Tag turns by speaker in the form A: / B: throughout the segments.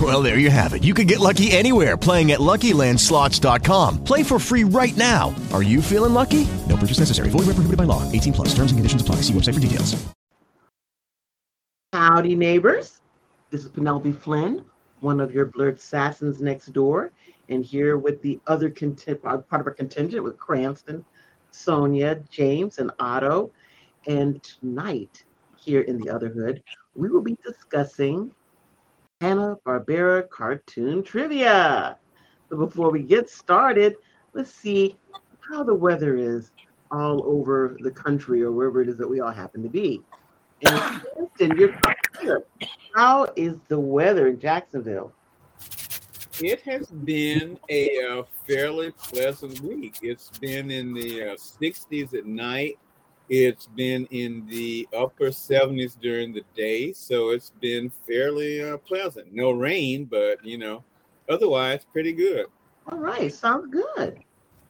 A: Well, there you have it. You can get lucky anywhere playing at LuckyLandSlots.com. Play for free right now. Are you feeling lucky? No purchase necessary. Void where prohibited by law. 18 plus. Terms and conditions apply. See website for details.
B: Howdy, neighbors. This is Penelope Flynn, one of your blurred assassins next door, and here with the other content, uh, part of our contingent with Cranston, Sonia, James, and Otto. And tonight, here in the Other Hood, we will be discussing Hanna Barbera cartoon trivia. So before we get started, let's see how the weather is all over the country or wherever it is that we all happen to be. And Kristen, you're from here. how is the weather in Jacksonville?
C: It has been a uh, fairly pleasant week. It's been in the uh, 60s at night. It's been in the upper 70s during the day. So it's been fairly uh, pleasant. No rain, but you know, otherwise, pretty good.
B: All right, sounds good.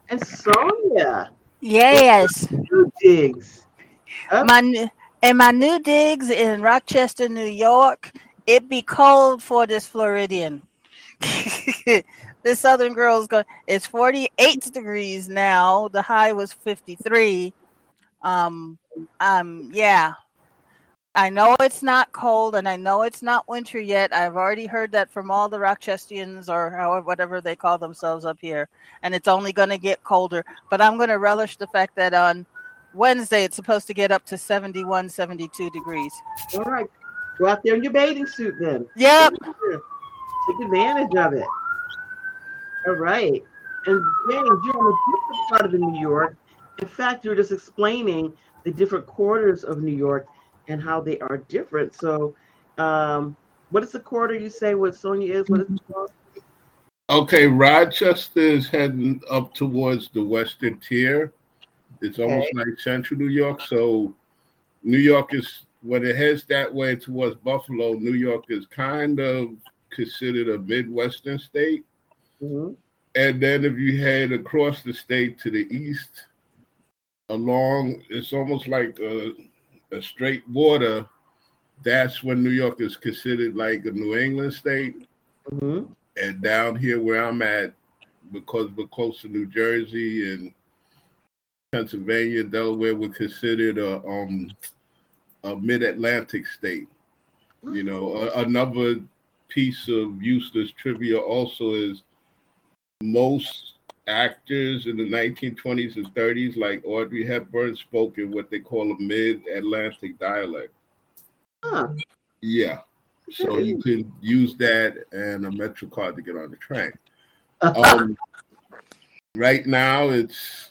B: And Sonia,
D: Yes.
B: you digs. Up
D: My new- and my new digs in Rochester, New York. It be cold for this Floridian. this southern girl's going it's 48 degrees now. The high was 53. Um um yeah. I know it's not cold and I know it's not winter yet. I've already heard that from all the Rochestians or however whatever they call themselves up here. And it's only going to get colder, but I'm going to relish the fact that on Wednesday, it's supposed to get up to 71, 72 degrees.
B: all right, go out there in your bathing suit then.
D: Yep.
B: Take advantage of it. All right. And James, you're on a different part of the New York. In fact, you're just explaining the different quarters of New York and how they are different. So, um, what is the quarter you say what Sonia is? What is it called?
E: Okay, Rochester is heading up towards the western tier. It's almost like central New York. So New York is when it heads that way towards Buffalo, New York is kind of considered a midwestern state.
B: Mhm.
E: And then if you head across the state to the east, along it's almost like a, a straight border. That's when New York is considered like a New England state
B: Mhm.
E: and down here where I'm at, because we're close to New Jersey and Pennsylvania, Delaware, we're considered a um a mid-Atlantic state. You know, a, another piece of useless trivia also is most actors in the 1920s and 30s, like Audrey Hepburn, spoke in what they call a mid-Atlantic dialect.
B: Huh.
E: Yeah. So you can use that and a Metro card to get on the train. Um, right now it's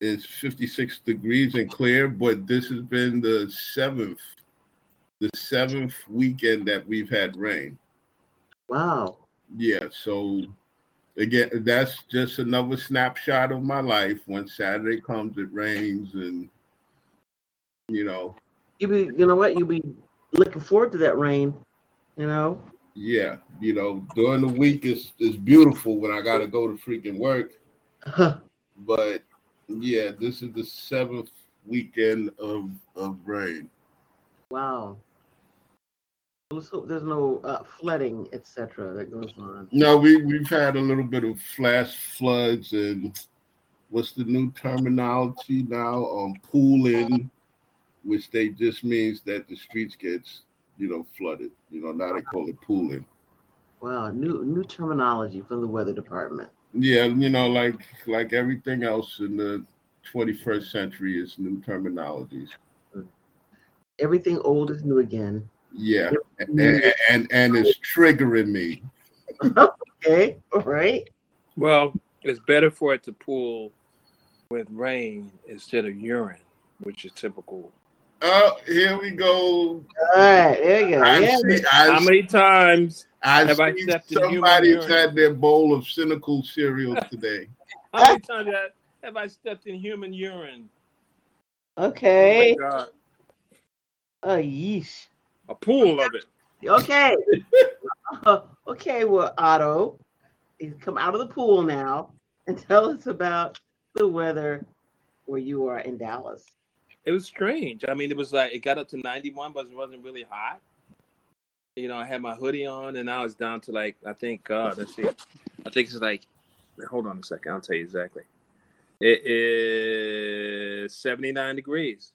E: it's 56 degrees and clear, but this has been the seventh, the seventh weekend that we've had rain.
B: Wow.
E: Yeah, so again, that's just another snapshot of my life. When Saturday comes, it rains and you know,
B: You be, you know what? You'll be looking forward to that rain. You know.
E: yeah, you know, during the week it's it's beautiful when I gotta go to freaking work.
B: Huh.
E: but yeah, this is the seventh weekend of of rain.
B: Wow. Let's hope there's no uh, flooding, etc., that goes on.
E: No, we we've had a little bit of flash floods and what's the new terminology now? Um, pooling, which they just means that the streets gets you know flooded. You know now they call it pooling.
B: Wow, new new terminology from the weather department.
E: Yeah, you know like like everything else in the 21st century is new terminologies.
B: Everything old is new again.
E: Yeah, and and, and, and it's triggering me.
B: Okay, all right.
F: Well, it's better for it to pool with rain instead of urine, which is typical.
E: Oh, here we go.
B: All right, there you go.
E: I
B: Yeah,
E: see,
F: How
E: I,
F: many times?
E: I
F: have I
E: see
F: accepted human
E: somebody's
F: urine?
E: had their bowl of cynical cereal today.
F: How many times have- have I stepped in human urine?
B: Okay.
F: Oh my God.
B: Oh, yeesh.
F: A pool of it.
B: Okay. okay, well, Otto, you come out of the pool now and tell us about the weather where you are in Dallas.
F: It was strange. I mean, it was like it got up to 91, but it wasn't really hot. You know, I had my hoodie on, and now it's down to like I think God. Let's see. I think it's like. Hold on a second. I'll tell you exactly. It is 79 degrees.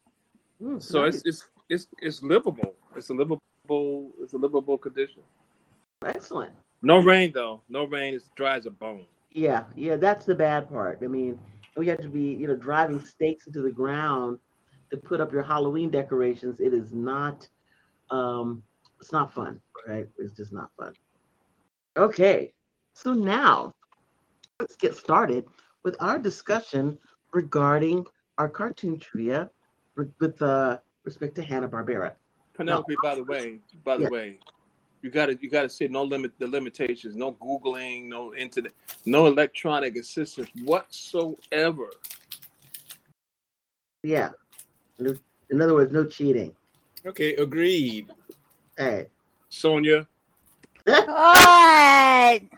B: Mm,
F: Hmm, So
B: nice.
F: it's it's it's it's livable. It's a livable. It's a livable condition.
B: excellent.
F: No rain though. No rain. It's dry as a bone.
B: Yeah, yeah, that's the bad part. I mean, we have to be, you know, driving stakes into the ground to put up your Halloween decorations. It is not, um, it's not fun, right? It's just not fun. Okay, so now let's get started with our discussion regarding our cartoon trivia re- with uh, respect to Hanna Barbera.
F: Penelope, by the way, by the
B: Yeah.
F: way, you gotta you gotta say no limit the limitations, no googling, no internet, no electronic assistance whatsoever.
B: Yeah. No- In other words, no cheating.
C: Okay, agreed.
B: Hey.
F: Sonia,
D: All right.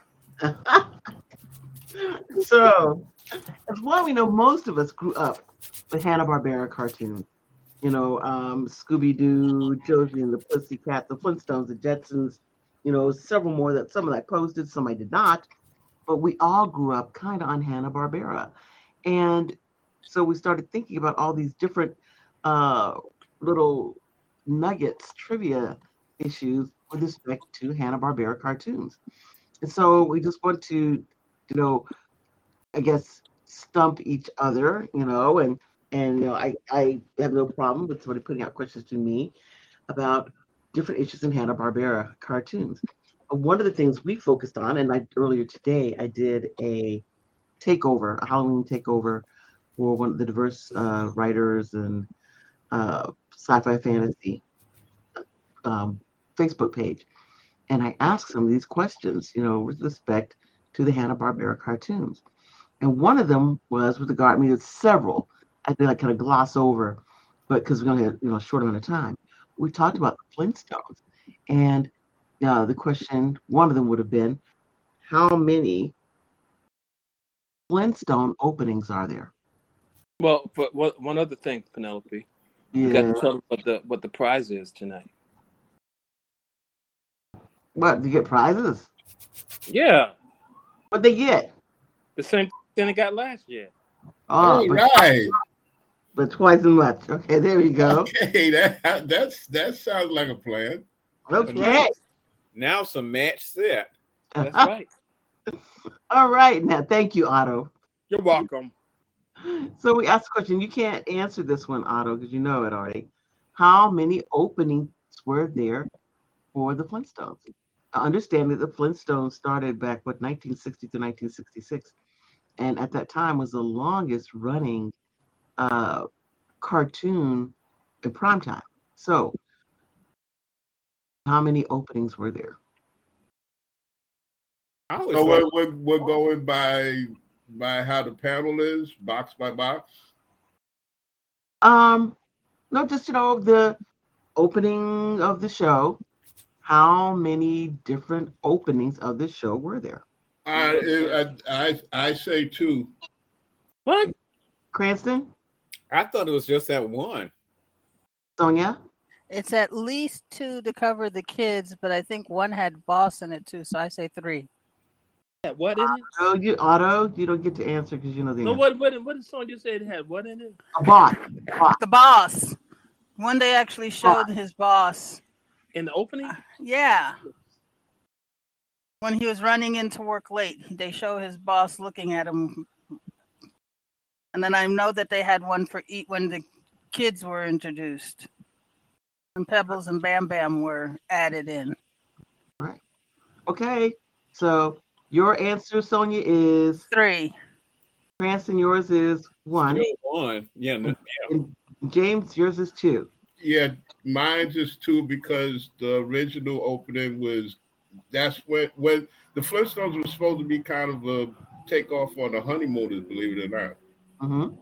B: so as well we know most of us grew up with hanna-barbera cartoons you know um, scooby-doo josie and the pussycat the flintstones the jetsons you know several more that some of that posted some i did not but we all grew up kind of on hanna-barbera and so we started thinking about all these different uh, little nuggets trivia issues with respect to hanna-barbera cartoons and so we just want to you know I guess stump each other, you know, and and you know, I I have no problem with somebody putting out questions to me about different issues in Hanna Barbera cartoons. One of the things we focused on, and I earlier today I did a takeover, a Halloween takeover for one of the diverse uh, writers and uh, sci-fi fantasy um, Facebook page, and I asked some of these questions, you know, with respect to the Hanna Barbera cartoons. And one of them was with regard, I mean, there's several. I think I kind of gloss over, but because we only have you know a short amount of time, we talked about the Flintstones, and uh, the question, one of them would have been, how many Flintstone openings are there?
F: well, but one one other thing, Penelope, you got to tell them what the what the prize is tonight.
B: What? Do you get prizes?
F: Yeah,
B: What they get?
F: the same thing I got last year.
B: Oh,
E: All
B: but,
E: right.
B: but twice as much. Okay, there you go.
E: Okay, that that's that sounds like a plan.
B: Okay.
C: Now it's a match set.
F: That's right.
B: All right. Now, thank you, Otto.
F: You're welcome.
B: So we asked the question. You can't answer this one, Otto, because you know it already. How many openings were there for the Flintstones? I understand that the Flintstones started back what 1960 to 1966, and at that time was the longest running uh, cartoon in primetime. So, how many openings were there?
C: I was
E: So we're, we're, we're going by by how the panel is, box by box.
B: Um, no, just you know the opening of the show. How many different openings of the show were there?
E: I I I, I say two.
F: What?
B: Cranston,
C: I thought it was just that one.
B: Sonia.
D: It's at least two to cover the kids, but I think one had boss in it too, so I say three.
F: Had What in it?
B: Oh, you Otto, you don't get to answer because you know the
F: No,
B: answer.
F: what what what did Sonia say? It had what in it?
B: A bot.
D: The boss. One day actually showed his boss.
F: In the opening?
D: Yeah. When he was running into work late, they show his boss looking at him. And then I know that they had one for eat when the kids were introduced. And Pebbles and Bam Bam were added in.
B: Okay. So your answer, Sonia, is
D: Three.
B: Cranston. Yours is one.
C: Just one. Yeah. no-
B: James, yours is two.
E: Yeah, mine's is two because the original opening was that's when when the Flintstones were supposed to be kind of a takeoff on the honeymooners, believe it or not.
B: Mm-hmm.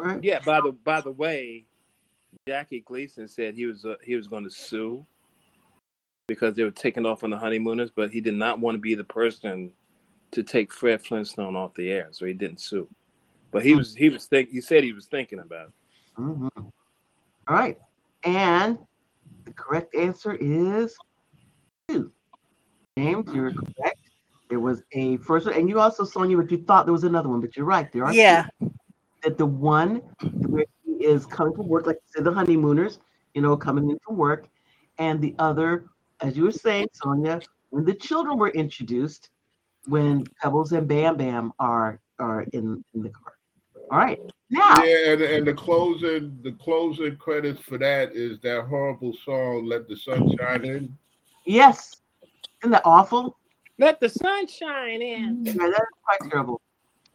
B: Right.
F: Yeah. By the by the way, Jackie Gleason said he was uh, he was going to sue because they were taking off on the honeymooners, but he did not want to be the person to take Fred Flintstone off the air, so he didn't sue. But he was he was think he said he was thinking about it.
B: Mhm. All right. And the correct answer is two. James, you're correct. There was a first one, and you also, Sonia, but you thought there was another one, but you're right. There are two.
D: Yeah.
B: That the one where he is coming from work, like you said, the honeymooners, you know, coming in from work, and the other, as you were saying, Sonia, when the children were introduced, when Pebbles and Bam Bam are are in, in the car. All right. Now,
E: Yeah, and, and the closing the closing credits for that is that horrible song "Let the Sun Shine In."
B: Yes. Isn't that awful?
F: Let the sunshine in.
B: Yeah, that's quite terrible.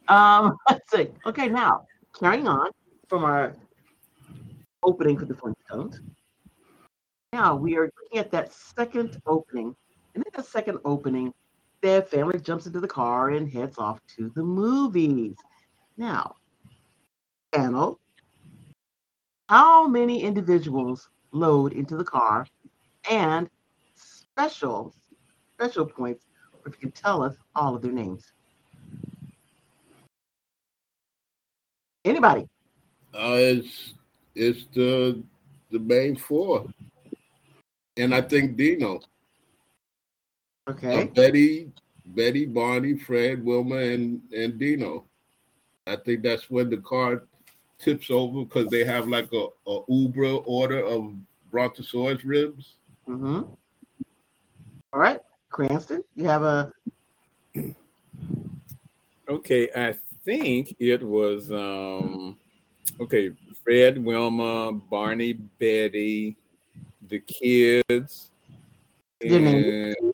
B: Um, let's see. Okay, now carrying on from our opening for the Flintstones. Now we are looking at that second opening, and in that second opening, their family jumps into the car and heads off to the movies. Now, panel, how many individuals load into the car, and special special points if you can tell us all of their names. Anybody?
E: Uh, it's it's the the main four, and I think Dino, Uh,
B: Okay.
E: Betty, Betty, Barney, Fred, Wilma, and and Dino. I think that's when the car tips over because they have like a, a Uber order of brontosaurus ribs.
B: Mm-hmm. All right. Cranston, you have a
C: Okay, I think it was um okay, Fred, Wilma, Barney, Betty, the kids,
B: Their
C: and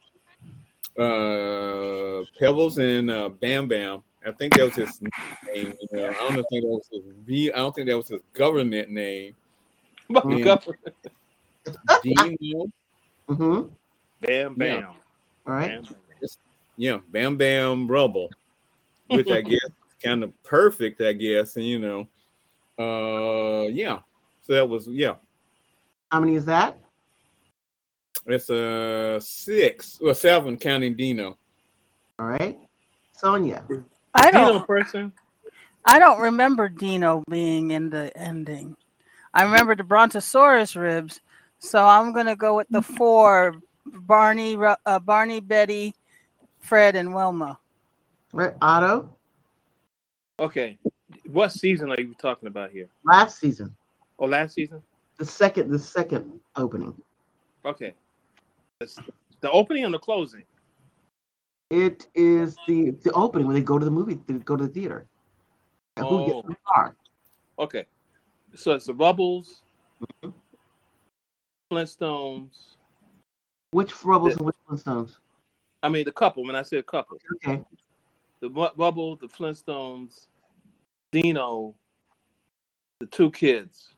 C: uh Pebbles and uh, Bam Bam. I think that was his name. You know? I don't think that was his re- I don't think that was his government name. Dino.
B: mm-hmm. All
F: Bam bam.
B: right.
F: bam.
C: yeah, Bam Bam Rubble, which I guess is kind of perfect, I guess, and you know, uh, yeah. So that was yeah.
B: How many is that?
C: It's a uh, six or seven counting Dino.
B: All right. Sonia.
D: I
F: Dino
D: don't
F: person.
D: I don't remember Dino being in the ending. I remember the Brontosaurus ribs, so I'm gonna go with
F: Mm-hmm.
D: the four: Barney, Ru- uh, Barney, Betty, Fred, and Wilma.
B: Right. Otto.
F: Okay, what season are you talking about here?
B: Last season.
F: Oh, last season.
B: The second the second opening.
F: Okay, That's the opening and the closing.
B: It is the the opening when they go to the movie, they go to the theater. And Who gets
F: Oh.
B: in the car?
F: Okay, so it's the Rubbles,
B: Mm-hmm.
F: Flintstones.
B: Which Rubbles and which Flintstones?
F: I mean the couple. When I said couple,
B: Okay.
F: the Ru- Rubble, the Flintstones, Dino, the two kids.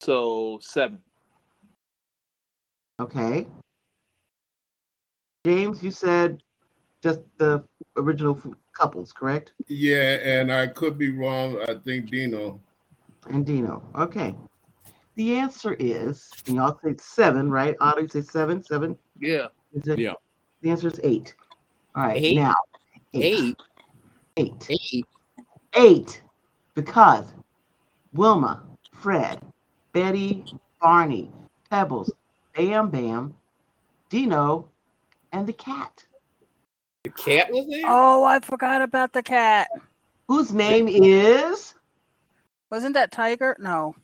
F: So seven.
B: Okay. James, you said just the original f- couples, correct?
E: Yeah, and I could be wrong. I think Dino.
B: And Dino. Okay. The answer is, and y'all say seven, right? Otto, you say seven, seven.
F: Yeah.
B: Is it?
C: Yeah.
B: The answer is eight. All right.
C: Eight?
B: Now,
C: Eight,
B: eight, eight,
C: eight.
B: eight, because Wilma, Fred, Betty, Barney, Pebbles, Bam Bam, Dino, and the cat,
C: The cat was there.
D: Oh, I forgot about the cat.
B: whose name is.
D: Wasn't that Tiger? No,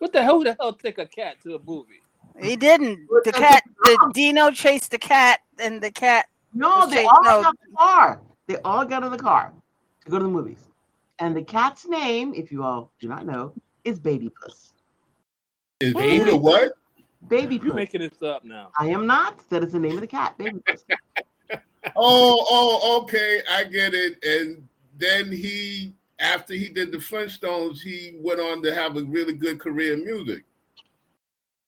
F: What the hell? Who the hell take a cat to a movie?
D: he didn't. The
B: That's
D: cat. The
B: wrong.
D: Dino chased the cat, and the cat.
B: No,
D: The
B: they
D: shape-
B: all
D: no.
B: got in the car. They all got in the car to go to the movies. And the cat's name, if you all do not know, is Baby Puss.
E: Is
B: Hey.
E: Dino what?
B: Baby
F: You're
B: Puss.
F: making this up now.
B: I am not. That is the name of the cat. Baby Puss.
E: Oh, oh, okay, I get it. And then he, after he did the Flintstones, he went on to have a really good career in music.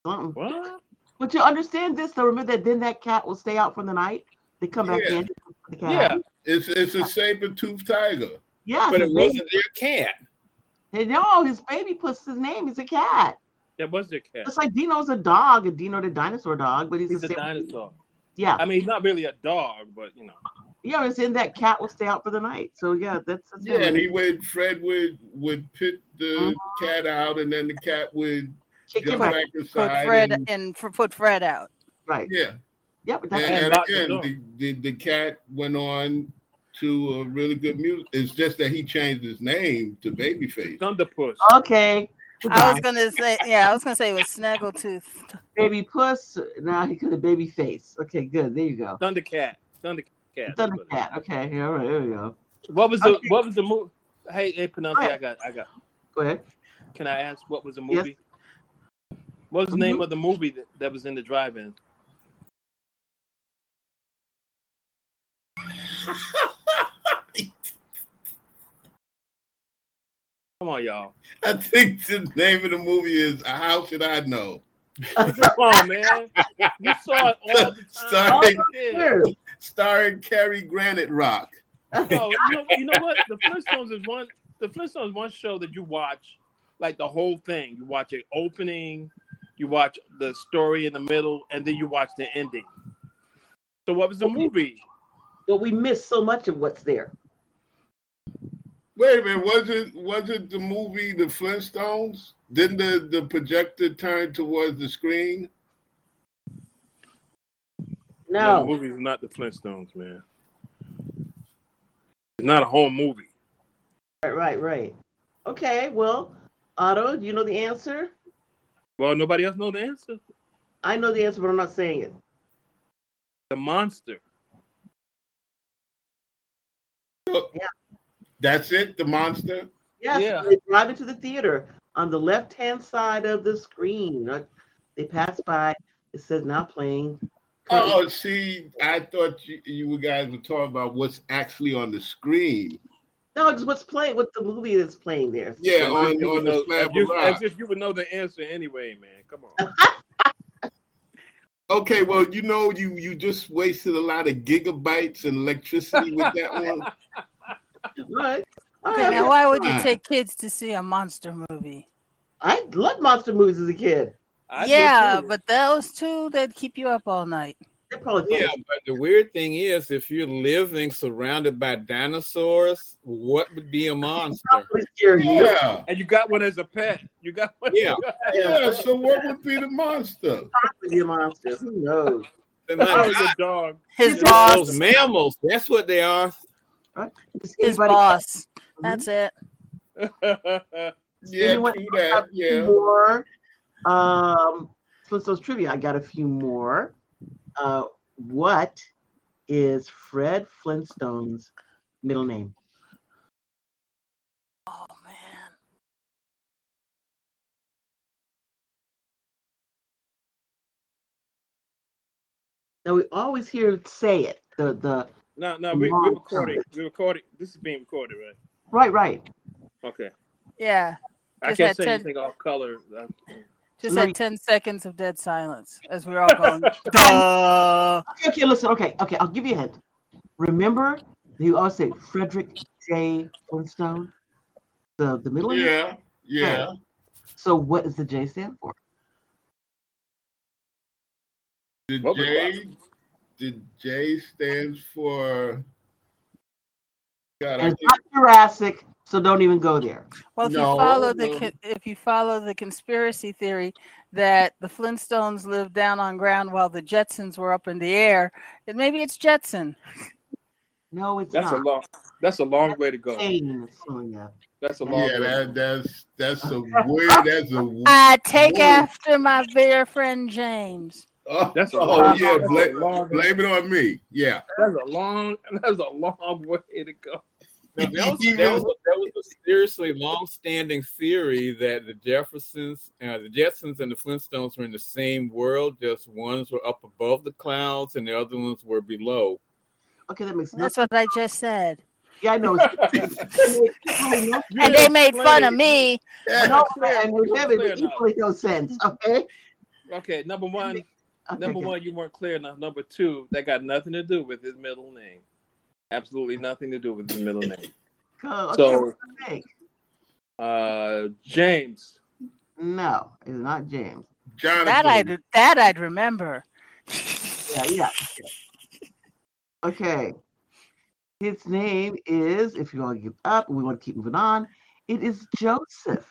B: Something.
F: What?
B: Uh-uh. But you understand this, though. Remember that then that cat will stay out for the night. They come back
E: Yeah.
B: in. put The cat
F: Yeah.
B: out.
E: It's it's a saber tooth tiger.
B: Yeah.
C: But it
B: his name-
C: wasn't their cat.
B: And no, his baby puts his name. He's a cat.
F: That was their cat.
B: It's like Dino's a dog, a Dino the dinosaur dog, but he's,
F: He's
B: the
F: a
B: same-
F: dinosaur.
B: Yeah,
F: I mean, he's not really a dog, but you know.
B: yeah. It's in that cat will stay out for the night. So yeah, that's, that's
E: Yeah,
B: him.
E: and he would Fred would would pit the cat out, and then the cat would
B: Kick
E: jump
B: him
E: back,
B: out.
D: Put
E: inside.
D: Fred
E: and,
D: and f- put Fred out.
B: Right.
E: yeah,
B: Yep. That's
E: and,
B: him.
E: and
F: locked the
E: again,
F: door.
E: the, the the cat went on to a really good music. It's just that he changed his name to Babyface.
F: Thunderpuss.
B: Okay.
D: I was
B: Goodbye.
D: gonna say, yeah, I was gonna say it was Snaggletooth.
B: baby puss. Now he could have baby face. Okay, good. There you go.
F: Thundercat. Thundercat.
B: Thundercat. Okay. yeah, All right. There you go.
F: What was the
B: Okay.
F: what was the movie? Hey, hey, Penelope, I got I got.
B: Go ahead.
F: Can I ask what was the
B: Yes.
F: movie? What was the name of the movie that, that was in the drive-in? Come on, y'all.
E: I think the name of the movie is How Should I Know?
F: Come on, man. You saw it all the time.
E: Sorry.
F: Yeah.
B: Sure.
E: Starring Cary Granite Rock.
F: No, you know, you know what? The Flintstones is one. The Flintstones is one show that you watch, like the whole thing. You watch it opening, you watch the story in the middle, and then you watch the ending. So, what was the movie?
B: But we miss so much of what's there.
E: Wait a minute, was it was it the movie The Flintstones? Didn't the, the projector turn towards the screen?
B: No.
F: the movie is not the Flintstones, man. It's not a whole movie.
B: Right. Right. Right. Okay. Well, Otto, do you know the answer?
F: Well, nobody else know the answer.
B: I know the answer, but I'm not saying it.
F: The monster.
E: That's it, the monster?
B: Yes,
F: Yeah.
B: they drive into the theater on the left hand side of the screen. uh, They pass by. It says now playing. curtain."
E: Oh, see, I thought you, you guys were talking about what's actually on the screen.
B: No, it's what's playing, what the movie that's playing there.
E: Yeah,
F: As
E: on,
F: if you
E: on
F: would
E: the
F: know-
E: slab
F: as
E: of
F: if-
E: rock.
F: as if you would know the answer anyway, man. Come on.
E: Okay, well, you know, you you just wasted a lot of gigabytes and electricity with that one.
B: Right. All
D: Okay,
B: right,
D: now
B: okay.
D: why would you
E: Fine.
D: take kids to see a monster movie?
B: I loved monster movies as a kid.
F: I did
D: yeah,
F: too.
D: but those two that keep you up all night.
B: They probably
C: Yeah, but the weird thing is, if you're living surrounded by dinosaurs, what would be a monster?
B: probably scare you.
E: Yeah.
F: and you got one as a pet. You got one.
C: Yeah.
E: Yeah, so what would be the monster?
B: Probably be a monster. Who knows?
C: Then
F: I was
C: like,
F: a dog.
D: His
C: those
D: boss,
C: mammals. That's what they are.
B: Does
D: his
B: anybody-
D: boss. That's it.
E: Yeah,
B: Anyone
E: do
B: have
E: that.
B: a few
E: Yeah.
B: more? Um, Flintstones trivia. I got a few more. Uh, what is Fred Flintstone's middle name?
D: Oh man.
B: Now we always hear it say it. The the
F: no, no, we, we're recording. We're recording. This is being recorded, right?
B: right, right.
F: Okay.
D: Yeah.
F: I
D: Just
F: can't
D: had
F: say
D: ten-
F: anything off color. Uh,
D: Just
B: No,
D: had
B: you-
D: 10 seconds of dead silence as we we're all going, duh.
B: Okay, okay, listen. Okay, okay. I'll give you a hint. Remember, you always say Frederick J. Flintstone, the the middle name.
E: Yeah. Yeah.
B: So what does the J stand for?
E: The
F: What was
E: J the J stands for God, I
B: And it's
E: can't-
B: not Jurassic, so don't even go there.
D: Well, if
E: No,
D: you follow the
E: no.
D: con- if you follow the conspiracy theory that the Flintstones lived down on ground while the Jetsons were up in the air, then maybe it's Jetson.
B: No, it's
F: that's a
B: not.
F: long. That's a long way to go.
B: Jane is filling up.
F: That's a long
E: yeah,
F: way.
E: that, that's that's a weird that's a w-
D: I take
E: Whoa.
D: after my dear friend James.
E: oh,
F: That's a
E: oh,
F: long-
E: yeah,
F: that's a
E: blame,
F: long-
E: blame it on me. Yeah.
F: That's a long. That's a long way to go.
C: Now, that, was, that, was, that was a seriously long-standing theory that the Jeffersons, uh, the Jetsons, and the Flintstones were in the same world. Just ones were up above the clouds, and the other ones were below.
B: Okay, that makes no
D: That's what I just said.
B: Yeah, I know.
D: And they made fun of me.
B: no,
F: clear.
B: and we have
F: Clear
B: it
F: enough.
B: equally no sense. Okay.
F: Okay, number one.
B: Okay,
F: Number
B: good.
F: one, you weren't clear enough. Number two, that got nothing to do with his middle name. Absolutely nothing to do with his middle name.
B: Cool. Okay,
F: So-
B: what's the thing?
F: Uh, James.
B: No, it's not James.
E: Jonathan.
D: That I'd that I'd remember.
B: Yeah, yeah. yeah. Okay. His name is, if you want to give up, we want to keep moving on. It is Joseph.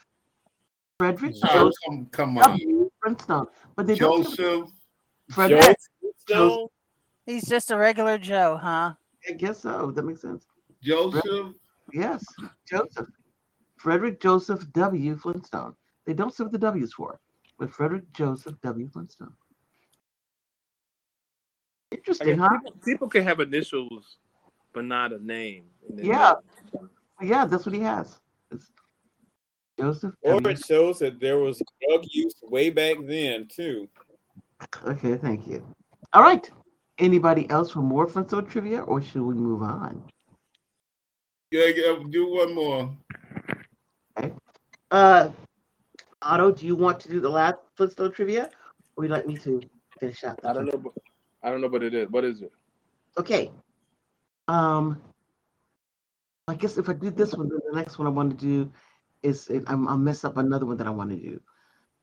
B: Frederick
E: Oh,
B: Joseph
E: come, come on.
B: W. Brimstone. But they don't give
E: Joseph.
B: Frederick.
C: Joe
B: Joe-
C: Stone.
D: He's just a regular Joe, huh?
B: I guess so. That makes sense.
E: Joseph.
B: Yes, Joseph. Frederick Joseph W. Flintstone. They don't say what the W's for, but Frederick Joseph W. Flintstone.
F: I
B: Interesting,
F: mean,
B: huh?
F: people, people can have initials, but not a name. And then-
B: Yeah. Yeah, that's what he has. It's Joseph.
C: Or
B: W.
C: it shows that there was drug use way back then too.
B: Okay, thank you. All right. Anybody else for more Flintstone trivia, or should we move on?
E: Yeah, yeah, do one more.
B: Uh, Otto, do you want to do the last Flintstone trivia, or would you like me to finish out?
F: I don't know. But, I don't know what it is. What is it?
B: Okay. Um, I guess if I do this one, then the next one I want to do is it, I'm, I'll mess up another one that I want to do.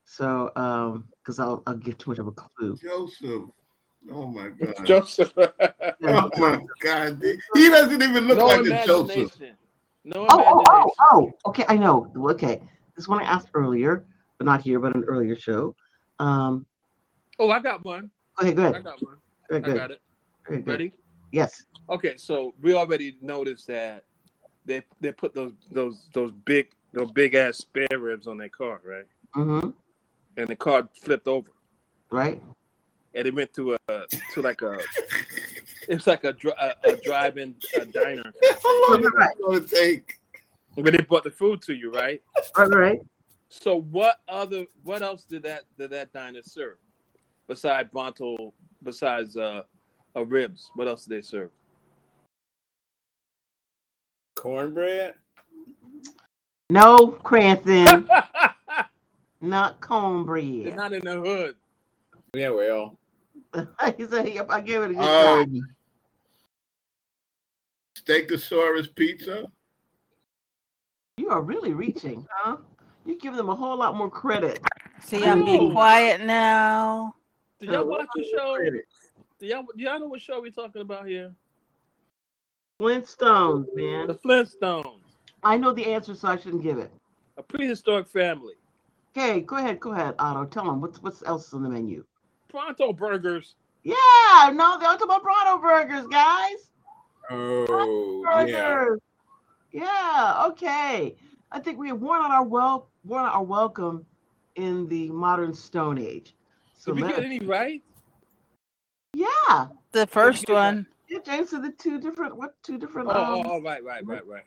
B: So, um, because I'll I'll give too much of a clue.
E: Joseph. Oh my God.
F: Joseph.
E: Oh my God. He doesn't even look
F: no
E: like a Joseph.
F: imagination. No
B: Oh, oh,
F: imagination.
B: oh, oh. Okay, I know. Okay, this one I asked earlier, but not here, but an earlier show. Um,
F: Oh, I got one.
B: go ahead, go
F: I
B: ahead.
F: got one.
B: Very
F: I got
B: good.
F: it.
B: Very good.
F: Ready?
B: Yes.
F: Okay, so we already noticed that they they put those those those big those big ass spare ribs on that car, right?
B: Mm-hmm.
F: And the car flipped over,
B: Right.
F: and it went to a to like a it's like a, dri- a, a drive-in a diner
E: That's how long
B: Right.
E: it's going to take.
F: where they brought the food to you, right?
B: All right.
F: So what other what else did that did that diner serve besides Bonto besides uh, uh ribs? What else did they serve?
C: Cornbread.
B: No, Cranston.
F: They're
B: not cornbread.
F: not in the hood.
C: Yeah, well,
B: he said, "Yep, I gave it a good shot."
E: Um, Steakosaurus pizza.
B: You are really reaching, huh? You give them a whole lot more credit.
D: See, I'm being
F: Ooh.
D: quiet now.
F: Did y'all watch the show?
B: Credit.
F: Do y'all, do y'all know what show we talking about here?
B: Flintstones,
F: The
B: man.
F: Flintstones,
B: I know the answer, so I shouldn't give it.
F: a prehistoric family.
B: Okay, go ahead, go ahead, Otto. Tell them what's what's else is on the menu.
F: Pronto Burgers.
B: Yeah, no, they're talking about Bronto burgers, guys.
C: oh yeah.
B: Burgers. Yeah. okay. I think we have one on our well, one on our welcome in the modern Stone Age. So
F: Did we
B: let-
F: get any right?
B: yeah,
D: The first one.
B: yeah, James said the two different what two different
F: Oh, oh,
B: um,
F: oh, right, right, right, right.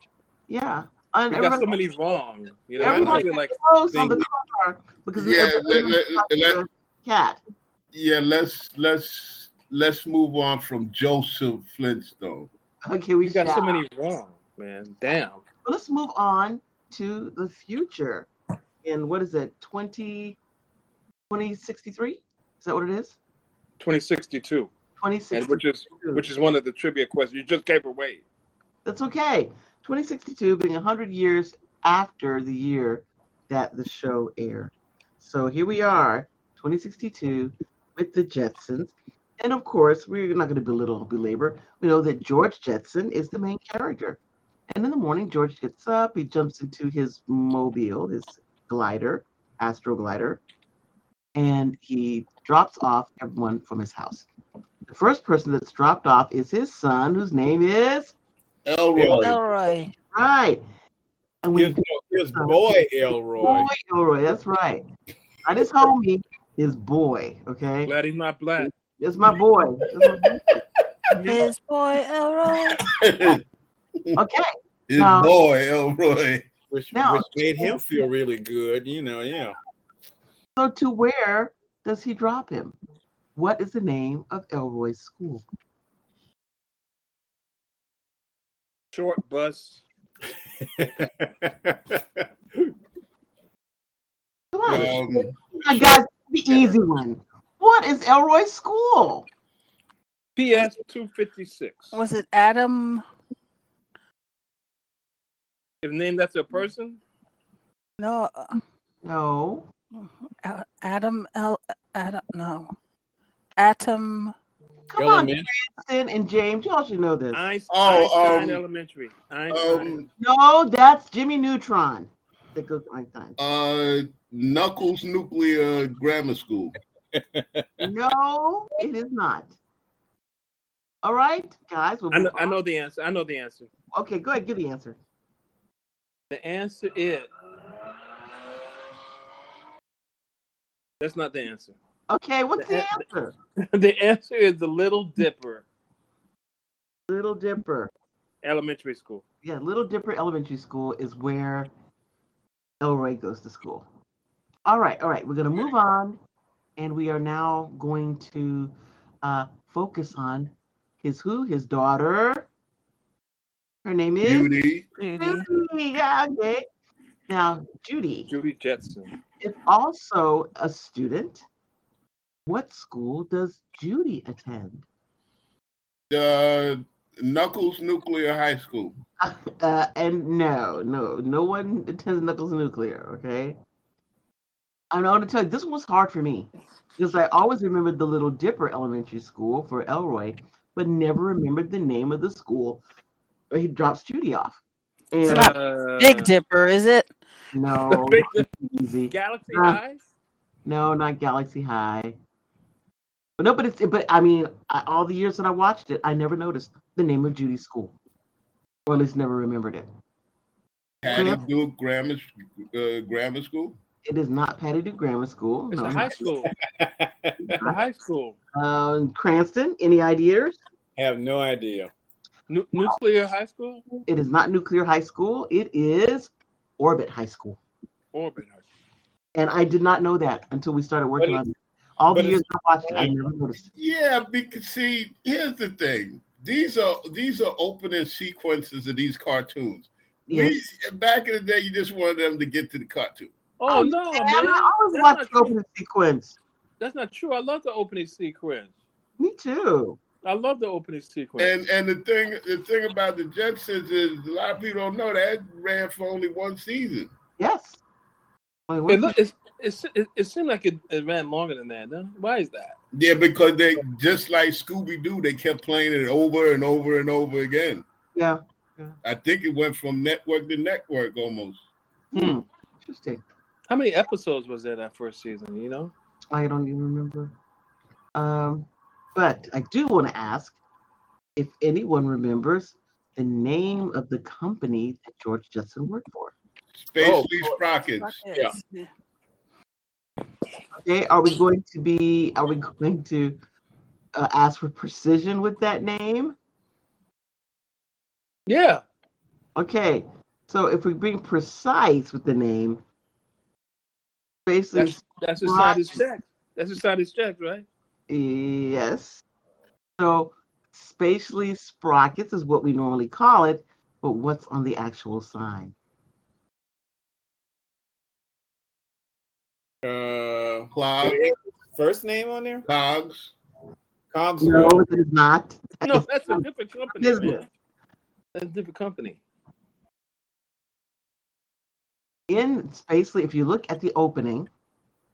B: yeah. And
F: We got so
B: everybody-
F: many wrong. You know, I
B: Everybody-
F: feel like
B: close on the car because
E: Yeah,
B: it's
E: let- let- let-
B: cat.
E: Yeah, let's let's let's move on from Joseph Flintstone.
B: Okay, we
F: we got so
B: shall.
F: many wrong, man. Damn.
B: Let's move on to the future. And what is it? 20, 2063? Is that what it is?
F: 2062, and
B: 2062.
F: which is which is one of the trivia questions you just gave away.
B: That's okay. 2062 being 100 years after the year that the show aired. So here we are, 2062, with the Jetsons. And of course, we're not going to belittle or belabor. We know that George Jetson is the main character. And in the morning, George gets up, he jumps into his mobile, his glider, astro glider, and he drops off everyone from his house. The first person that's dropped off is his son, whose name is
E: Elroy.
D: Elroy.
B: Right. And
C: His,
B: we
C: his boy Elroy.
B: boy Elroy, that's right. Not his homie, his boy. Okay.
F: Glad he's not black.
B: It's my boy. That's my
D: His boy Elroy.
B: boy. Okay.
E: His
B: No.
E: boy Elroy.
C: which,
B: Now-
C: which made him feel really good, you know. Yeah,
B: So to where does he drop him? What is the name of Elroy's school?
F: Short bus.
B: Come on.
E: Um,
B: Now, guys, the easy one. What is Elroy's school?
F: PS 256.
D: Was it Adam?
F: Is named after a person?
D: No, uh,
B: No.
D: uh, Adam. El, uh, Adam. No, Atom.
B: Come on,
C: Element-
B: Kristen and James. Y'all should know this.
F: Einstein,
E: Oh,
F: Einstein
E: um,
F: Elementary. Einstein.
E: Um,
B: No, that's Jimmy Neutron. That goes Einstein.
E: uh, Knuckles Nuclear Grammar School.
B: No, it is not. All right, guys. we'll
F: I know,
B: move
F: I know
B: on.
F: the answer. I know the answer.
B: Okay, go ahead. Give the answer.
F: The answer is. That's not the answer.
B: Okay, what's the
F: The-
B: answer?
F: the answer is the Little Dipper
B: Little Dipper.
F: Elementary School.
B: Yeah, Little Dipper Elementary School is where Elroy goes to school. All right, all right. We're going to move on, and we are now going to uh, focus on his who? His daughter. Her name is
E: Beauty.
D: Judy.
B: Judy. Yeah, okay. Now, Judy
F: Judy Jetson.
B: is also a student. What school does Judy attend?
E: Uh, Knuckles Nuclear High School.
B: Uh, and no, no, no one attends Knuckles Nuclear, okay? I know to tell you, this one was hard for me because I always remembered the Little Dipper Elementary School for Elroy, but never remembered the name of the school where he drops Judy off. And
D: not- Big Dipper, is it?
B: no,
F: Big Dip-
B: easy.
F: Galaxy
B: Uh,
F: Eyes?
B: No, not Galaxy High. But no, but it's but I mean, I, all the years that I watched it, I never noticed the name of Judy's school, or at least never remembered it.
E: Patty
B: Yeah.
E: Duke Grammar uh, Grammar School.
B: It is not Patty Duke Grammar School.
F: It's
B: no,
F: a high school. It's a high school.
B: Um, Cranston, any ideas?
C: Have no idea.
F: Nu- nuclear High School?
B: It is not Nuclear High School. It is Orbit High School.
F: Orbit. High School.
B: And I did not know that until we started working
C: it-
B: on it. All the
C: but
B: years
C: it's-
B: I watched it, I never noticed.
E: Yeah, because see, here's the thing. These are these are opening sequences of these cartoons.
B: Yes.
E: We- back in the day, you just wanted them to get to the cartoon.
F: Oh, no,
B: man,
F: man.
B: I always
F: That's
B: watch
F: not
B: the
F: true.
B: opening sequence.
F: That's not true. I love the opening sequence.
B: Me too.
F: I love the opening sequence.
E: And and the thing the thing about the Jetsons is a lot of people don't know that ran for only one season.
B: Yes. Only one
F: it, look, it's, it's, it, it seemed like it, it ran longer than that. Huh? Why is that?
E: Yeah, because they just like Scooby Doo, they kept playing it over and over and over again.
B: Yeah.
E: I think it went from network to network almost.
B: Hmm. Interesting.
F: How many episodes was there that first season? You know,
B: I don't even remember. Um, but I do want to ask if anyone remembers the name of the company that George Jetson worked for.
E: Space
C: Oh,
E: Lee Sprockets.
C: Yeah.
B: Okay, are we going to be? Are we going to uh, ask for precision with that name?
F: yeah,
B: Okay, so if we being precise with the name, basically
F: that's that's Society's check. That's Society's check, right?
B: yes. So spatially sprockets is what we normally call it, but what's on the actual sign?
C: Uh,
E: Clogs,
C: first name on there?
E: Cogs.
C: Cobb's
B: No, it is not.
F: No, that's a different company.
B: Business.
F: man. That's a different company.
B: in it's basically if you look at the opening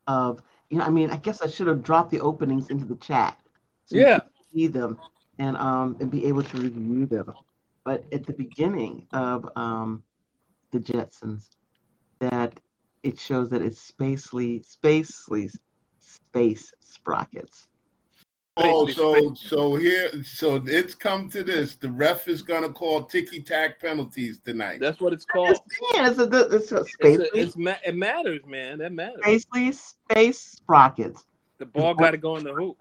B: of you know i mean i guess i should have dropped the openings into the chat so you
F: Yeah.
B: could see them and um and be able to review them but at the beginning of um the jetsons that it shows that it's spacely spacely space sprockets
E: Oh,
F: Basically,
E: so so here, so it's come to this. The ref is gonna call ticky tack penalties tonight.
F: That's what it's
B: yeah
F: called.
B: it's a good it's a
F: It's
B: spacely
F: a, it's ma- it matters, man. That matters.
B: spacely space sprockets
F: The ball got to go in the hoop.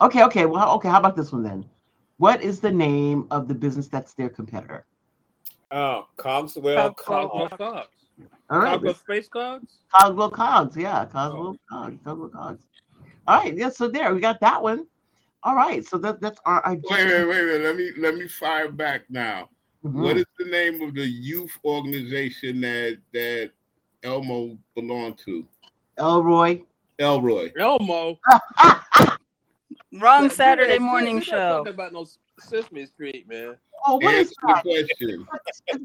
B: okay okay well okay how about this one then what is the name of the business that's their competitor
C: Oh, Cogswell.
F: Cosmo
C: Cobb.
F: Cogs.
B: all right
F: Cosmo Oh. Space Cogs.
B: Cosmo Cogs, yeah, Cosmo Cogs, Cosmo Cogs. All right, yeah, so there we got that one. All right, so that that's our, our
E: Wait, wait, wait, wait. Let me let me fire back now.
B: Mhm.
E: What is the name of the youth organization that that Elmo belonged to?
B: Elroy.
E: Elroy.
F: Elmo.
D: Wrong Saturday
F: We're not
D: morning show.
F: Talking about no Sesame Street, man.
B: Oh, what is
E: Answer
B: that?
E: the question.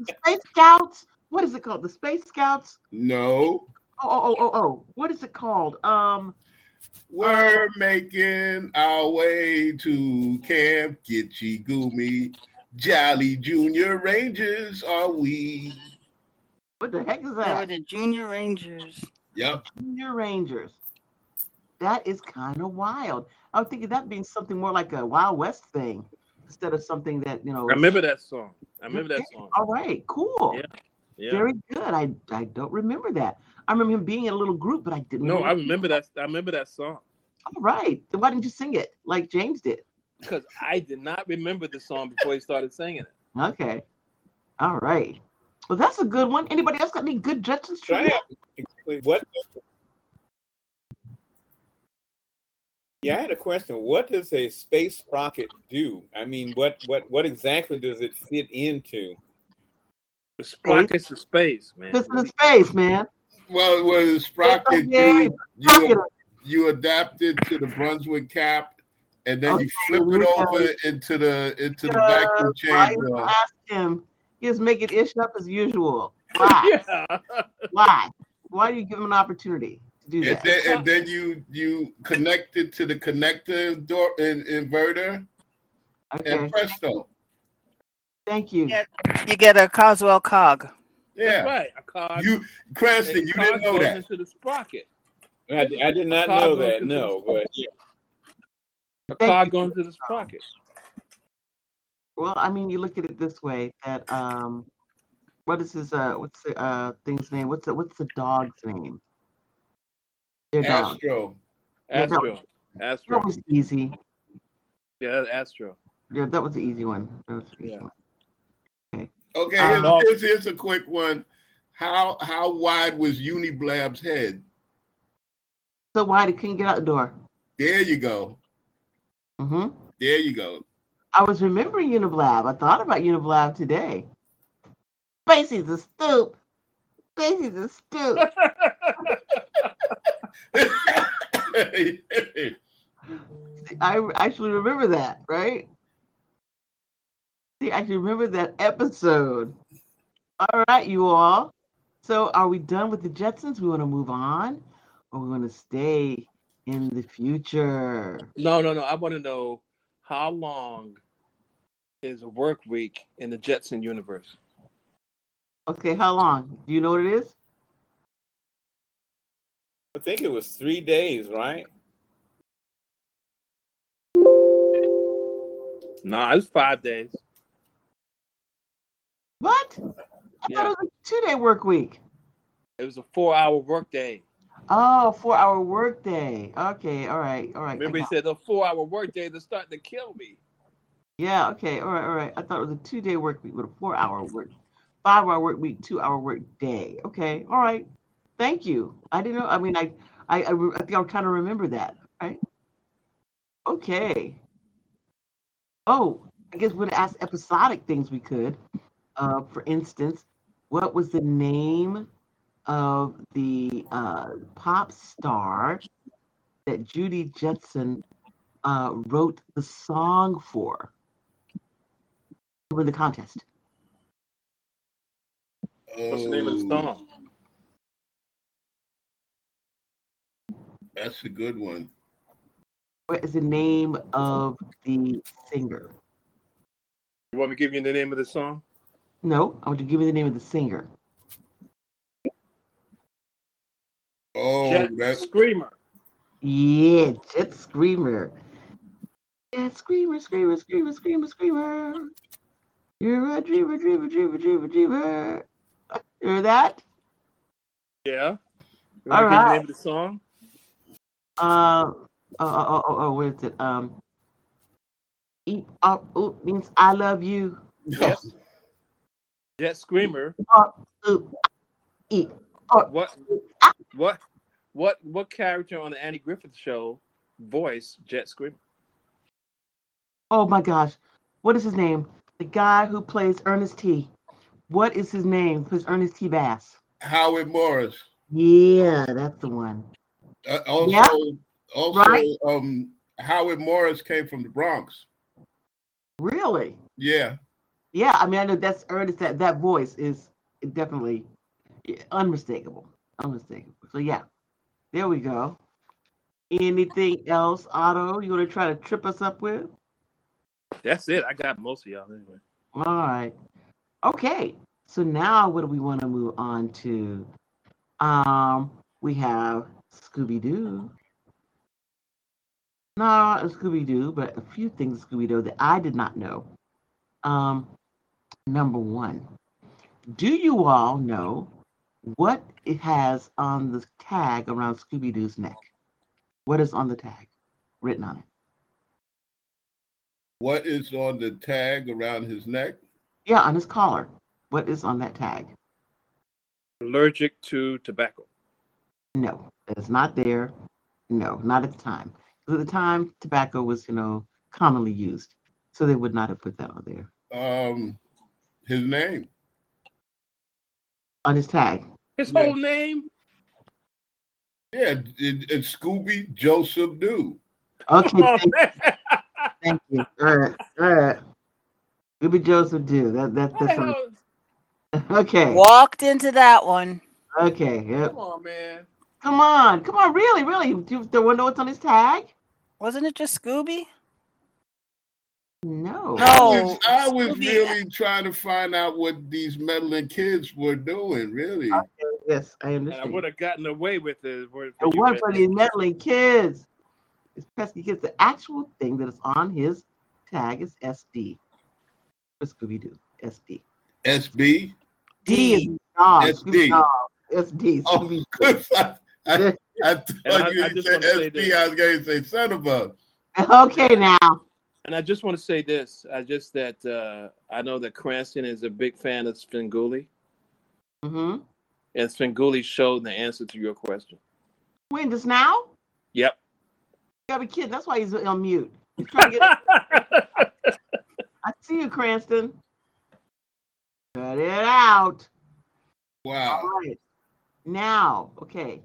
B: Is it Space Scouts? what is it called? The Space Scouts?
E: No,
B: Oh, oh, oh, oh, oh. What is it called? Um,
E: we're making our way to Camp Gitchy Goomy. Jolly Junior Rangers are we?
B: what the heck is
D: They were
B: that?
D: the Junior Rangers.
E: Yep.
B: Junior Rangers. That is kind of wild. I was thinking that being something more like a Wild West thing instead of something that you know.
F: I remember that song. I remember that song.
B: All right, cool,
F: Yeah, Yeah.
B: very good. I I don't remember that. I remember him being in a little group, but I didn't.
F: No, I remember that. I remember that song
B: All right, then why didn't you sing it like James did?
F: because I did not remember the song before he started singing it.
B: Okay, all right. Well, that's a good one. Anybody else got any good judges?
C: Try
B: trivia?
C: it. What? Yeah, I had a question. What does a space rocket do? I mean, what what what exactly does it fit into?
F: The sprockets of space, man.
B: This is space, man.
E: Well, it was Sprocket.
B: Okay.
E: You, you, you adapted to the Brunswick cap, and then you flip it over into the into the vacuum chamber.
B: uh, ask him. He is making ish up as usual. Why?
F: Yeah.
B: Why? Why do you give him an opportunity to do
E: And
B: that?
E: then, and then you you connect it to the connector door in, inverter,
B: Okay,
F: Mm-hmm.
E: and presto,
B: thank you.
D: Yeah. You get a Coswell cog.
F: That's
E: yeah.
F: right. A car.
E: You, Cranston,
F: and
E: you
F: car
E: didn't know
F: goes
E: that.
F: Into the sprocket.
C: I, I did not
F: Car
C: know
F: goes
C: that.
F: into the
C: No, but
F: sprocket. A
B: Thank
F: car
B: you.
F: going to the sprocket.
B: Well, I mean, you look at it this way that um, what is his uh, what's the uh thing's name? What's the what's the dog's name? Their dog.
E: Astro.
B: Yeah, no.
F: Astro.
B: That
F: Astro.
B: was easy.
F: Yeah, that's Astro.
B: Yeah, that was the easy one. That was the easy
F: Yeah.
B: one.
E: Okay,
B: Uh,
E: here's,
F: no.
E: here's, here's a quick one. How how wide was Uniblab's head?
B: So why did King get out the door?
E: There you go.
B: hmm
E: There you go.
B: I was remembering Uniblab. I thought about Uniblab today. Spacey's a stoop. Spacey's a stoop. I r- actually remember that, right? See, I actually remember that episode. All right, you all. So, are we done with the Jetsons? We want to move on, or we want to stay in the future?
F: No, no, no. I want to know how long is a work week in the Jetson universe?
B: Okay, how long? Do you know what it is?
C: I think it was three days, right?
F: No, nah, it's five days.
B: What? I
F: Yeah.
B: thought it was a two-day work week.
F: It was a four-hour work day.
B: Oh, four-hour work day. Okay, all right, all right. I
F: Remember, he
B: got-
F: said the four-hour work day is starting to kill me.
B: Yeah, okay, all right, all right. I thought it was a two day work week with a four hour work, five hour work week, two hour work day. Okay, all right. Thank you. I didn't know. I mean, I, I, I, re- I think I'm trying to remember that, right? Okay. Oh, I guess we'd ask episodic things we could. Uh, for instance, what was the name of the uh, pop star that Judy Jetson uh, wrote the song for? to win the contest.
F: What's the name of
B: Oh.
F: the song?
E: That's a good one.
B: What is the name of the singer?
F: You want me to give you the name of the song?
B: No, I want you to give me the name of the singer.
E: Oh,
F: Jet
E: that's
F: Screamer.
B: Yeah, Jet Screamer. Jet Screamer, Screamer, Screamer, Screamer, Screamer. You're a dreamer, dreamer, dreamer, dreamer, dreamer. You hear that?
F: Yeah. You
B: All
F: want me to give you the
B: right.
F: name of the song?
B: Uh, oh, oh, oh, oh, oh, what is it? Um, eat up, oop means I love you.
F: Yes. Jet Screamer.
B: Oop, eat.
F: What? What? What? What character on the Andy Griffith Show voiced Jet Screamer?
B: Oh my gosh. What is his name? The guy who plays Ernest T. What is his name? Who Plays Ernest T. Bass.
E: Howard Morris.
B: Yeah, that's the one.
E: Uh, also,
B: Yeah.
E: also,
B: Right.
E: um, Howard Morris came from the Bronx.
B: Really?
E: Yeah,
B: Yeah, I mean, I know that's Ernest. That that voice is definitely yeah, unmistakable. Unmistakable. So yeah, there we go. Anything else, Otto? You want to try to trip us up with?
F: That's it. I got most of y'all anyway.
B: All right. Okay. So now what do we want to move on to? Um, we have Scooby Doo. Not Scooby Doo, but a few things Scooby Doo that I did not know. Um, number one, do you all know what it has on the tag around Scooby Doo's neck? What is on the tag written on it?
E: What is on the tag around his neck?
B: Yeah, on his collar. What is on that tag?
F: Allergic to tobacco.
B: No, it's not there. No, not at the time. 'Cause At the time, tobacco was, you know, commonly used, so they would not have put that on there
E: Um, his name.
B: on his tag.
F: His
E: Yeah.
F: whole name.
E: Yeah, it, it's Scooby Joseph Doo.
B: Okay,
F: Oh,
B: thank,
F: man.
B: thank you. Uh, All right, all right. Ruby Joseph, do that. That
F: What the
B: that's on-
F: hell?
B: okay.
D: Walked into that one.
B: Okay. Yep.
F: Come on, man.
B: Come on, come on. Really, really. Do you don't wanna know what's on his tag?
D: Wasn't it just Scooby?
B: No.
E: I
D: No.
E: was, I was
D: Scooby-
E: really trying to find out what these meddling kids were doing, really.
B: Yes, I
F: And I
B: understand.
F: would have gotten away with it. were it for
B: And
F: you,
B: one
F: man.
B: for these meddling kids. It's pesky kids. The actual thing that is on his tag is SD. For Scooby Doo, SD.
E: SB.
B: D is dog.
E: SD.
B: Scooby Dog. SD.
E: Oh,
B: Scooby
E: I, I, I
F: And I-
E: thought you
F: I
E: said
F: just wanna say
E: SB. I was going to say son of a.
F: Oh.
B: Okay, now.
F: And I just want to say this. I just that uh, I know that Cranston is a big fan of Spenguli,
B: hmm
F: and Spenguli showed the answer to your question.
B: When just now?
F: Yep.
B: You gotta be kidding. That's why he's on mute. He's trying to get I see you, Cranston. Cut it out. All
E: Wow.
B: right. Now, okay.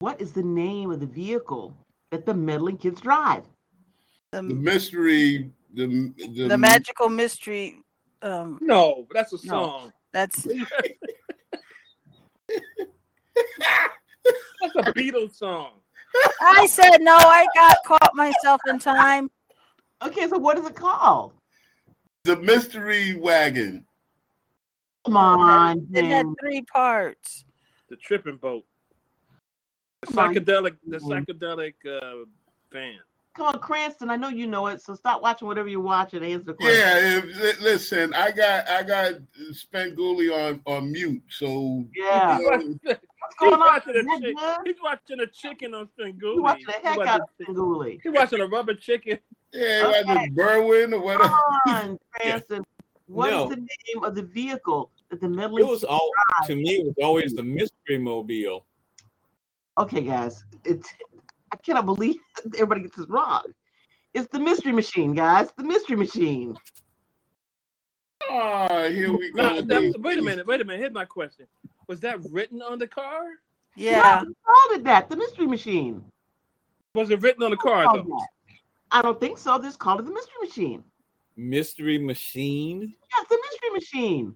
B: What is the name of the vehicle that the meddling kids drive?
E: The
D: The,
E: mystery. The, the,
D: the magical mystery. Um,
F: no, that's a
B: No.
F: song.
D: that's
F: That's a Beatles song.
D: I said no. I got caught myself in time.
B: Okay, so what is it called?
E: the mystery wagon.
B: Come on,
D: It had
B: Jim.
D: three parts.
F: The tripping boat. The
B: Come on.
F: psychedelic. The psychedelic uh, band.
B: Come on, Cranston. I know you know it, so stop watching whatever you're watching. and Answer the question.
E: Yeah, if, li- listen, I got I got Spanguli on on mute, so
B: Yeah.
E: you know,
B: What's
F: He's
B: going on?
F: watching, a
B: Ned,
F: chick.
B: man?
F: He's watching a chicken on Spenguli.
B: You watching the
F: He's
B: heck
F: watching-
B: out of Singuli.
F: He's watching a rubber chicken.
E: yeah, I
B: Okay.
E: just Berwin or
B: Come
E: whatever.
B: on, Cranston. What is
C: No.
B: the name of the vehicle that the
C: It
B: meddling
C: was all to me. It was always the mystery mobile.
B: okay, guys, it's I cannot believe everybody gets this wrong. It's the mystery machine, guys. The mystery machine.
E: Ah, here we go.
F: No, that- wait a minute. Wait a minute. Here's my question. Was that written on the car?
D: Yeah.
B: Who called it that? The mystery machine.
F: Was it written on the car
B: Called
F: though?
B: that. I don't think so. This called it the mystery machine.
C: Mystery machine,
B: Yes, the mystery machine.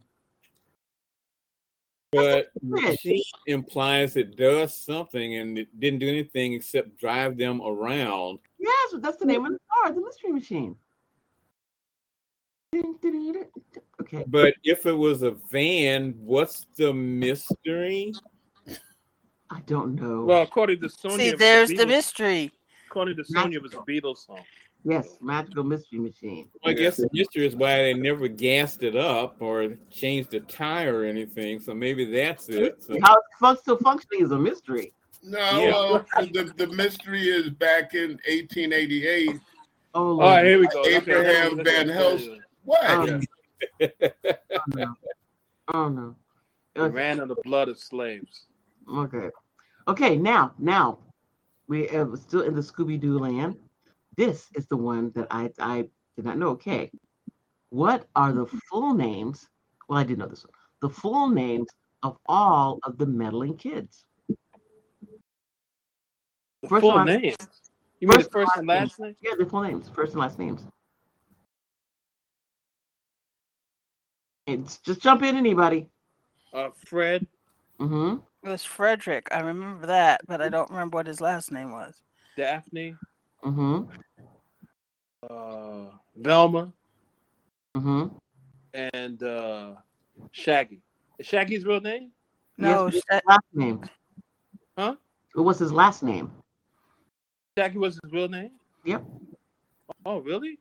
C: but
B: Yes.
C: machine implies it does something and it didn't do anything except drive them around.
B: Yes, that's the name of the car, the mystery machine. Okay.
C: But if it was a van, what's the mystery?
B: I don't know.
F: Well, according to Sonya, it
D: See,
F: was a
D: there's the
F: Beatles-
D: mystery.
F: According to Sonya, it was a Beatles song.
B: yes, magical mystery machine.
C: I guess the mystery is why they never gassed it up or changed the tire or anything. So maybe that's it. So-
B: How it's fun- still functioning is a mystery.
E: No,
C: Yeah.
E: well, the, the mystery is back in 1888.
B: Oh,
F: All right,
B: Lord.
F: here we go.
E: Abraham Van Helsing. What?
B: Um, oh, no. Oh, no.
F: He ran on the blood of slaves.
B: Okay. Okay, now, now we are still in the Scooby Doo land. This is the one that I I did not know. Okay. What are the full names? Well, I did know this one. The full names of all of the meddling kids.
F: The
B: First
F: full
B: one-
F: name. You mean the
B: first one-
F: first and last name?
B: Yeah, their full names, first and last names. It's just jump in anybody.
F: uh, Fred.
B: Mm-hmm.
D: It was Frederick. I remember that, but I don't remember what his last name was.
F: Daphne,
B: Mm-hmm.
F: uh, Velma,
B: Mm-hmm.
F: and uh, Shaggy. Is Shaggy's real name?
D: No,
B: yes,
D: Sha-
B: his last name.
F: Huh?
B: What was his last name?
F: Shaggy was his real name.
B: Yep.
F: Oh, really?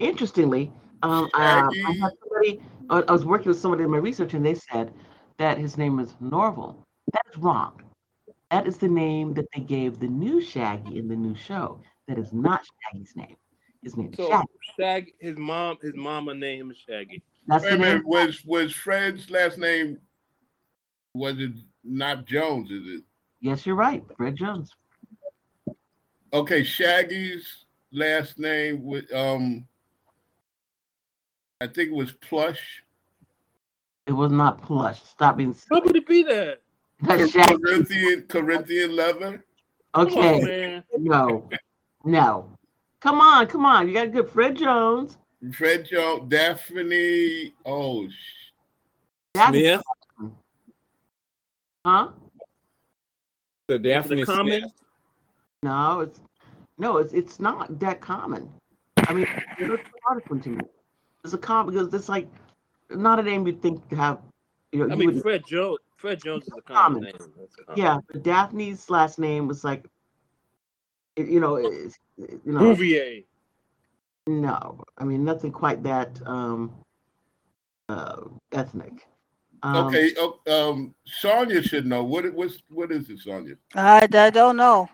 B: Interestingly, um, uh,
F: Mm.
B: I
E: Shaggy.
B: had somebody. I I was working with somebody in my research, and they said that his name was Norval. That is wrong. That is the name that they gave the new Shaggy in the new show. That is not Shaggy's name. His name is
F: So
B: Shaggy.
F: Shaggy, his mom, his mama named him Shaggy.
B: That's
E: Wait
B: the
E: a
B: name.
E: minute, was was Fred's last name was it not Jones, is it?
B: Yes, you're right. Fred Jones.
E: Okay, Shaggy's last name was um I think it was Plush.
B: It was not plush. Stop being
F: How
B: silly.
F: would it be that?
B: That's Shaggy.
E: Corinthian Corinthian leather.
F: Come on,
B: Okay.
F: man.
B: No. No. Come on, come on. You got good Fred Jones.
E: Fred Jones, Daphne. Oh, sh-
B: That's
C: Smith,
B: huh?
C: the Daphne
F: The
C: Smith.
F: common.
B: No, it's no, it's it's not that common. I mean, it looks article to me. It's a common because it's like not a name you'd think to have. You know,
F: I
B: you
F: mean,
B: would,
F: Fred Jones. Fred Jones is a common name. That's common.
B: yeah. But Daphne's last name was like, it- you know, it's, you know,
F: Bouvier.
B: no. I mean, nothing quite that um, uh, ethnic. Um,
E: okay. oh, um, Sonya should know. What it was? What is it, Sonya?
D: I, I don't know.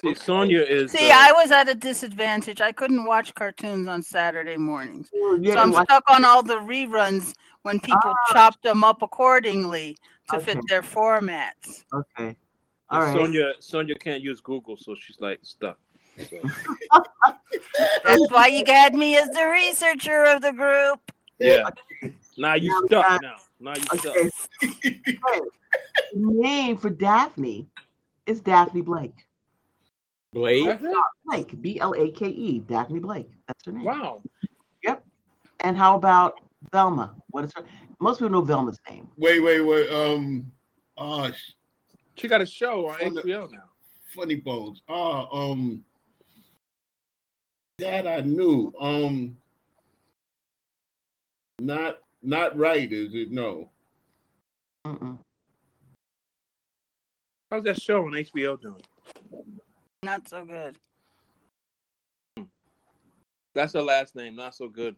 F: See, Sonia is.
D: See,
F: uh,
D: I was at a disadvantage. I couldn't watch cartoons on Saturday mornings.
B: well, yeah,
D: So I'm
B: well, I-
D: stuck on all the reruns when people
F: Ah.
D: chopped them up accordingly to fit
B: Okay.
D: their formats.
B: Okay. All right.
F: Sonia. Sonia can't use Google, so she's like stuck. So,
D: That's why you got me as the researcher of the group.
F: yeah. Now you
B: Now we
F: stuck.
B: got-
F: Now, now you stuck.
B: Okay. the name for Daphne is Daphne Blake.
C: Blake.
B: Blake, B L A K E, Daphne Blake. That's her name.
F: Wow.
B: And how about Velma? What is her? Most people know Velma's name.
E: Wait, wait, wait. Um, oh, sh-
F: She got a show on
E: Sonia-
F: HBO now.
E: funny bones. Ah, um, that I knew. Um, not not right. Is it no?
B: Mm-mm.
F: How's that show on HBO doing?
D: Not so good.
F: That's her last name. Not so good.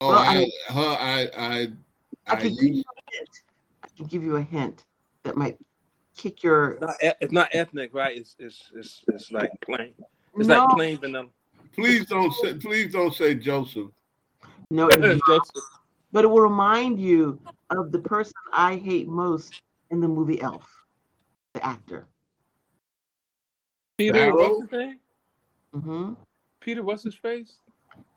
E: Oh,
B: Well,
E: I,
B: I-
E: her, I, I,
B: I
E: I
B: can give
E: used-
B: you a hint. I can give you a hint that might kick your.
F: It's not, e- it's not ethnic, right? It's it's it's, it's like plain. It's
B: no,
F: like plain vanilla.
E: please don't say, please don't say Joseph.
B: no, it is not. but it will remind you of the person I hate most in the movie Elf, the actor.
F: Peter, what's his name?
B: Mm-hmm.
F: Peter, what's his face?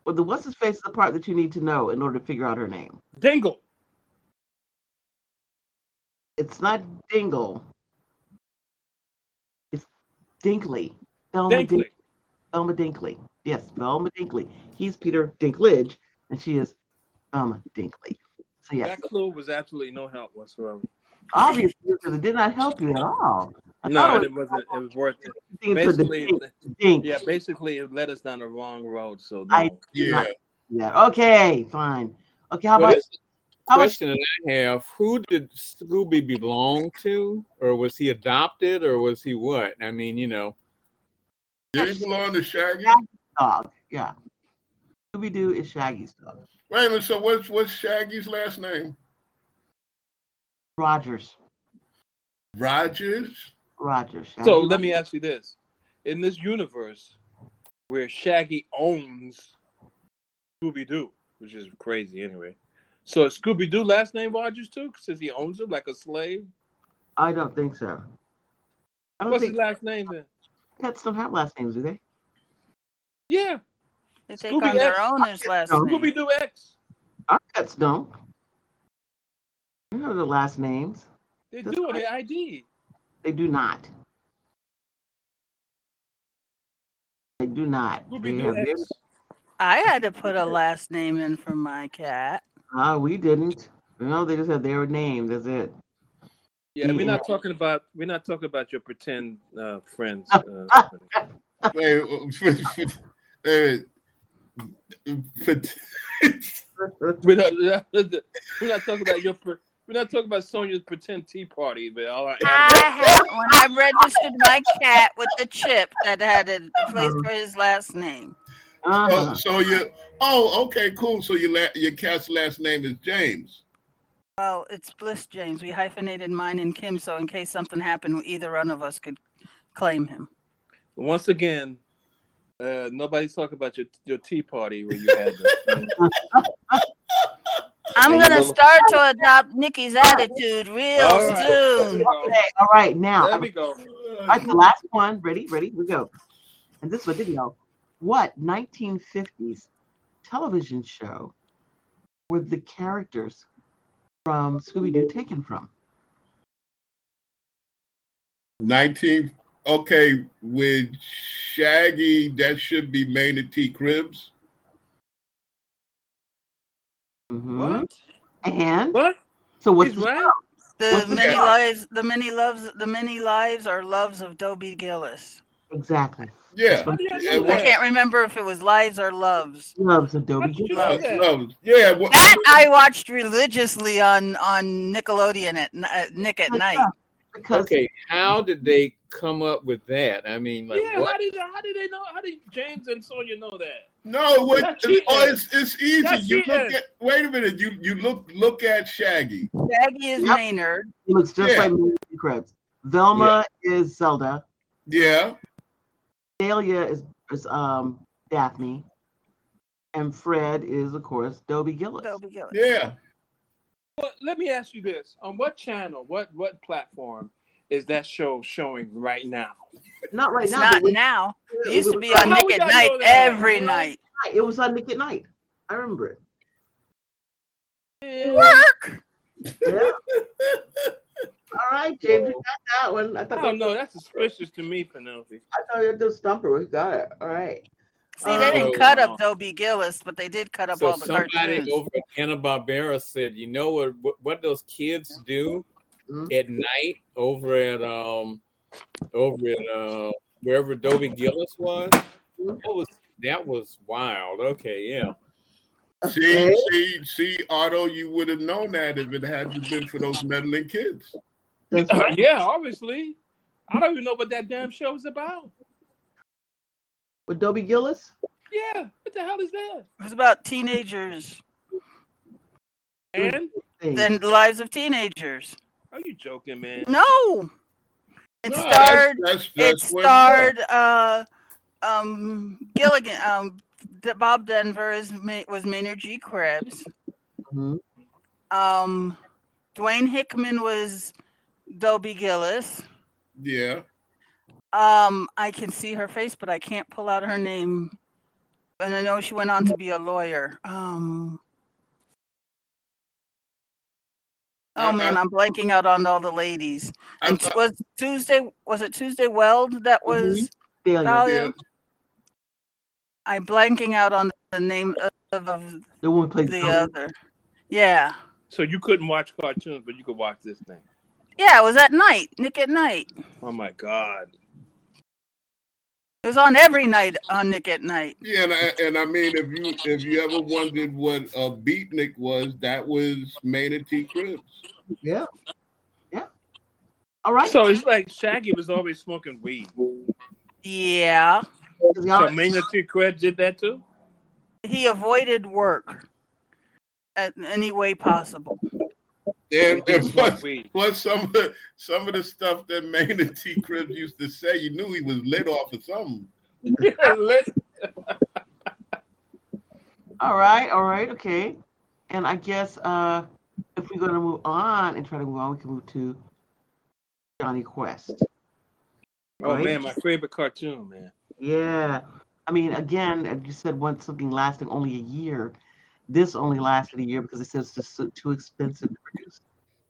B: Well, the what's his face is the part that you need to know in order to figure out her name.
F: Dingle.
B: It's not Dingle. It's Dinkley. Velma
F: Dinkley.
B: Dink- Velma Dinkley. Yes, Velma Dinkley. He's Peter Dinklage, and she is Velma Dinkley. So yes,
F: That clue was absolutely no help whatsoever.
B: obviously because it did not help you at all. I
F: No,
B: thought
F: and
B: it
F: it wasn't. It was worth it.
B: was being for the
F: Basically,
B: dink. dink.
F: yeah. Basically, it led us down the wrong road. So no.
B: I-
E: Yeah,
B: Yeah. Okay. Fine. Okay. How
C: Well,
B: about
C: this
B: how about
C: question that I have: Who did Scooby belong to, or was he adopted, or was he what? I mean, you know,
E: did he belong to Shaggy?
B: dog? Yeah. Scooby Doo is Shaggy's dog.
E: Wait a minute. So what's what's Shaggy's last name?
B: Rogers.
E: Rogers.
B: Rogers. Shaggy
F: So let
B: Rogers.
F: me ask you this: In this universe where Shaggy owns Scooby Doo, which is crazy anyway, so is Scooby Doo last name Rogers too, since he owns him like a slave.
B: I don't think so. I don't
F: What's his
B: think
F: last name then?
B: pets don't have last names, do they?
F: Yeah,
D: They take
F: Scooby
D: on their
F: X.
D: owner's last
B: No.
D: name.
F: Scooby Doo X.
B: Our pets don't. You know the last names.
F: They
B: That's
F: do on
B: right.
F: their ID.
B: They do not. They do not.
F: Scooby
B: They have
F: Doo
B: very,
F: X.
D: I had to put a last name in for my cat.
B: Ah, we didn't. No, they just had their name. That's it.
F: Yeah, we're not
B: Mhm.
F: talking about we're not talking about your pretend uh, friends. Uh,
E: Wait, wait, wait, wait.
F: we're, not, we're not talking about your. pre- We're not talking about Sonia's pretend tea party, but all right.
D: I had when I registered my cat with the chip that had a place
F: Uh-huh.
D: for his last name.
E: Oh,
B: Uh-huh.
E: so you? Oh, okay, cool. So your la- your cat's last name is James.
D: Well, it's Bliss James. We hyphenated mine and Kim, so in case something happened, either one of us could claim him.
F: Once again, uh, nobody's talking about your your tea party where you had. The,
D: I'm
F: There you
D: gonna
F: go.
D: start to adopt Nikki's attitude real
F: All right.
D: soon.
B: Okay, all right, now.
F: there we go.
B: All right, the last one. Ready, ready, we go. And this one, did y'all? What 1950s television show were the characters from Scooby Doo taken from?
E: Nineteen. Okay, with Shaggy, that should be Maynard T. Cribs.
B: Mhm.
F: What?
B: And
F: What?
B: so what's
F: He's
B: the
F: right.
B: show?
D: The
B: What's the
D: many
B: cat?
D: lives, the many loves, the many lives are loves of Dobie Gillis.
B: exactly?
E: Yeah,
B: How do
F: you
E: yeah,
F: do
D: I
F: that?
E: well,
D: can't remember if it was lives or loves.
B: Loves Adobe.
F: What you
B: Gillis.
E: love, love. Oh, yeah. well,
D: That I watched religiously on on Nickelodeon at n- uh, Nick at night.
B: Because
C: Okay, how did they come up with that? I mean, like,
F: yeah.
C: what?
F: How did how did they know? How did James and Sonia know that?
E: No, what,
F: That's cheating.
E: oh, it's it's easy.
F: That's
E: you look
F: cheating.
E: at wait a minute. You you look look at Shaggy.
D: Shaggy is
B: Yep.
D: Maynard.
B: it looks just
E: Yeah.
B: like Minnie Krebs. Velma is Zelda.
E: Yeah,
B: Dahlia is, is um Daphne. And Fred is, of course, Dobie Gillis.
D: Dobie Gillis.
E: yeah.
F: Well, let me ask you this: On what channel, what what platform is that show showing right now?
B: Not right
D: It's
B: now.
D: not
B: but we-
D: now. It used to be
F: How
D: on
F: we
D: Nick at
F: gotta
D: Night
F: know that?
D: every night.
B: night. It was on Nick at Night. I remember it.
D: Work.
B: Yeah. All right, James, you got that one. I
F: I
B: thought,
D: Oh,
F: don't know. That's suspicious to me, Penelope.
B: I thought you had the stumper. We got it. All right.
D: See, they didn't
C: Oh,
D: cut
F: wow.
D: up Dobie Gillis, but they did cut up
C: So
D: all the
C: somebody
D: cartoons.
C: over at Anna Barbera said, "You know what, what? What those kids do
D: Mm-hmm.
B: Mhm.
C: at night over at um over at uh wherever Dobie Gillis was?
D: Mm-hmm.
C: That was that was wild. Okay, yeah.
E: See, see, see, Otto, you would have known that if it hadn't been for those meddling kids.
B: That's right.
F: Uh, yeah, obviously. I don't even know what that damn show is about.
B: With Dobie Gillis?
F: Yeah, what the hell is that?
D: It was about teenagers
F: And
B: Thing.
D: and the lives of teenagers.
F: are you joking, man?
D: No, it
F: No,
E: That's-
D: starred.
E: that's-
D: It
E: that's what it
D: starred uh, um, Gilligan. Um, D- Bob Denver is Ma- was Maynard G. Krebs.
B: Mhm.
D: Um, Dwayne Hickman was Dobie Gillis.
E: was. Yeah.
D: Um, I can see her face, but I can't pull out her name. And I know she went on to be a lawyer. Um, oh
E: Uh,
D: man,
E: uh,
D: I'm blanking out on all the ladies.
E: I,
D: And t- was Tuesday? Was it Tuesday Weld that was?
B: Dahlia.
D: Dahlia? I'm blanking out on the name of, of
B: The woman plays
D: the
B: Zelda.
D: other. Yeah,
F: So you couldn't watch cartoons, but you could watch this thing.
D: yeah, it was at night. Nick at night.
F: Oh my god.
D: It was on every night on Nick at night.
E: yeah, and I, and I mean, if you if you ever wondered what a beatnik was, that was Maynard T. Cribs.
B: Yeah. Yeah. All right.
F: So it's like Shaggy was always smoking weed.
D: Yeah,
F: So
B: y'all,
F: Mania T. Cred did that too?
D: he avoided work at any way possible.
E: And,
F: He did
E: and
F: smoke
E: plus,
F: weed.
E: plus some of the, some of the stuff that Maynard T. Cribs used to say, you knew he was lit off of something.
F: Yeah, let-
B: all right. All right. Okay. And I guess uh, if we're going to move on and try to move on, we can move to Johnny Quest.
F: oh
B: Right?
F: man, my favorite cartoon, man.
B: Yeah. I mean, again, as you said, once something lasting only a year, this only lasted a year because it says it's just so- too expensive to produce.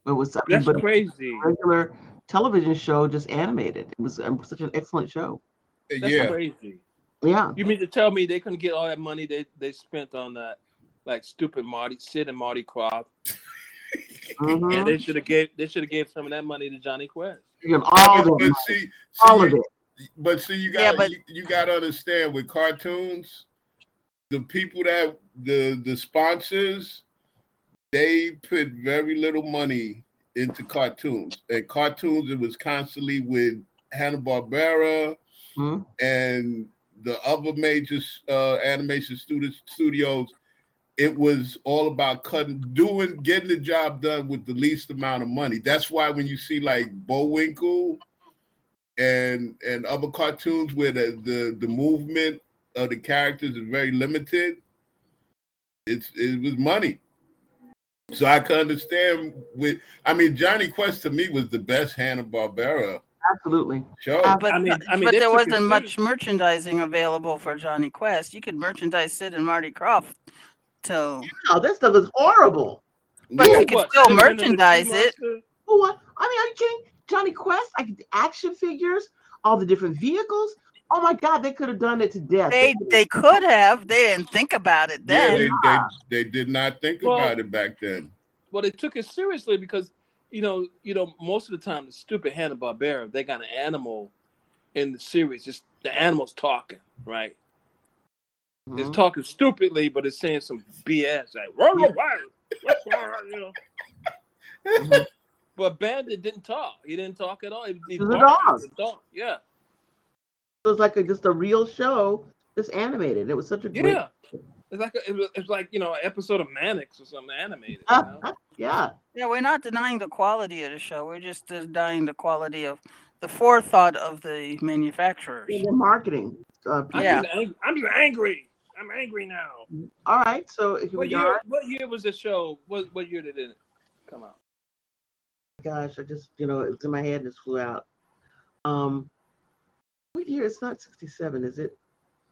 B: But it was something,
F: That's
B: but a
F: crazy.
B: regular television show just animated. It was um, such an excellent show.
F: That's
E: yeah.
F: crazy.
B: Yeah.
C: You mean to tell me they couldn't get all that money they, they spent on that, like stupid Marty Sid and Marty Croft?
B: Mhm.
C: Yeah, they should have gave they should have gave some of that money to Johnny Quest.
B: You get all
E: but
B: of it.
E: see, see,
B: All of it.
E: But see, you got
D: Yeah,
E: to
D: but-
E: you, you got to understand with cartoons, the people that the the sponsors, they put very little money into cartoons. And cartoons, it was constantly with Hanna Barbera
B: Mhm.
E: and the other major uh, animation studios. Studios, it was all about cutting, doing, getting the job done with the least amount of money. That's why when you see like Bullwinkle and and other cartoons where the the, the movement of the characters is very limited. It's it was money. So I can understand with I mean Johnny Quest to me was the best Hanna Barbera
B: Absolutely.
E: show.
D: Uh, but
C: I mean- I mean,
D: but
C: they
D: there
C: took
D: wasn't
C: it
D: much merchandising available for Johnny Quest. You could merchandise Sid and Marty Croft till
B: Wow, that stuff is horrible.
D: but
E: Yeah.
D: you could still merchandise it.
B: Oh, what? I mean, are you kidding? Johnny Quest, I could action figures, all the different vehicles. Oh my God, they could have done it to death.
D: They they could have. They didn't think about it
E: yeah,
D: then.
E: they, they, they did not think
C: Well-
E: about it back then.
C: Well, they took it seriously because you know you know most of the time the stupid Hanna Barbera they got an animal in the series. Just the animal's talking, right? It's
B: Mhm.
C: talking stupidly, but it's saying some BS like "Run away," you know.
B: Mhm.
C: But Bandit didn't talk. He didn't talk at all. He, he
B: He's a
C: barked.
B: dog.
C: He barked. Yeah,
B: It was like a, just a real show, just animated. It was such a great.
C: yeah. It's like a, it was, it's like you know an episode of Manix or something animated. You know?
B: yeah.
D: Yeah, we're not denying the quality of the show. We're just denying the quality of the forethought of the manufacturers.
B: And then marketing. Uh, people.
C: I'm
D: Yeah.
C: just ang- I'm just angry. I'm angry now.
B: All right. So here
C: What
B: we
C: year?
B: are.
C: What year was the show? What what year did it come out?
B: Gosh, I just, you know, it's in my head and it flew out. Um, What year? It's not 67, is it?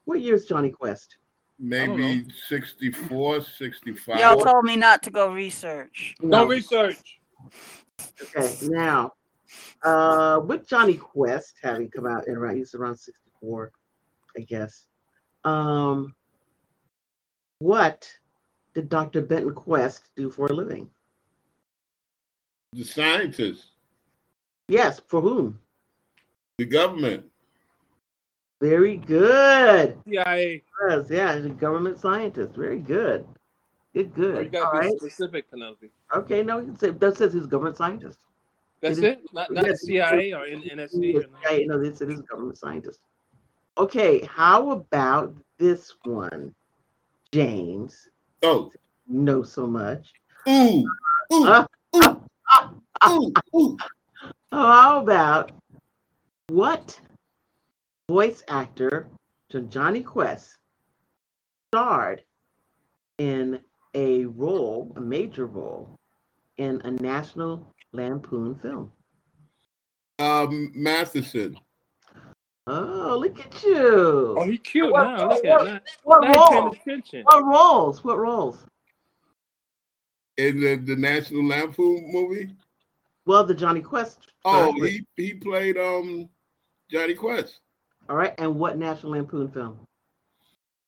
B: What year is Johnny Quest?
E: Maybe 64, 65.
D: Y'all told me not to go research.
B: No.
C: No research.
B: Okay, now, uh, with Johnny Quest having come out in around, he's around 64, I guess. Um, what did Dr. Benton Quest do for a living?
E: the scientists,
B: Yes, for whom?
E: the government.
B: Very good.
C: CIA.
B: Yes, yeah, he's a government scientist. Very good. Good,
C: You
B: good. All
C: gotta be
B: right.
C: specific, Penelope.
B: Okay, no, you can say that says he's a government scientist.
C: That's
B: It is-
C: it. Not, not
B: Yeah,
C: the CIA or N- NSC. Or nothing.
B: Right, no, this it is government scientist. Okay, how about this one, James?
E: Oh,
B: Know so much.
E: ooh, ooh,
B: Uh,
E: ooh, ooh, ooh.
B: How about what voice actor to Johnny Quest starred in a role, a major role, in a National Lampoon film?
E: Um, Matheson.
B: Oh, look at you!
C: Oh, he cute
B: What-
C: now. Look
B: what-
C: at that.
B: what
C: Now he paying
B: roles?
C: attention.
B: What roles? What roles?
E: in the, the National Lampoon movie.
B: Well, the Johnny Quest.
E: Oh,
B: version.
E: he he played um Johnny Quest,
B: All right, and what National Lampoon film?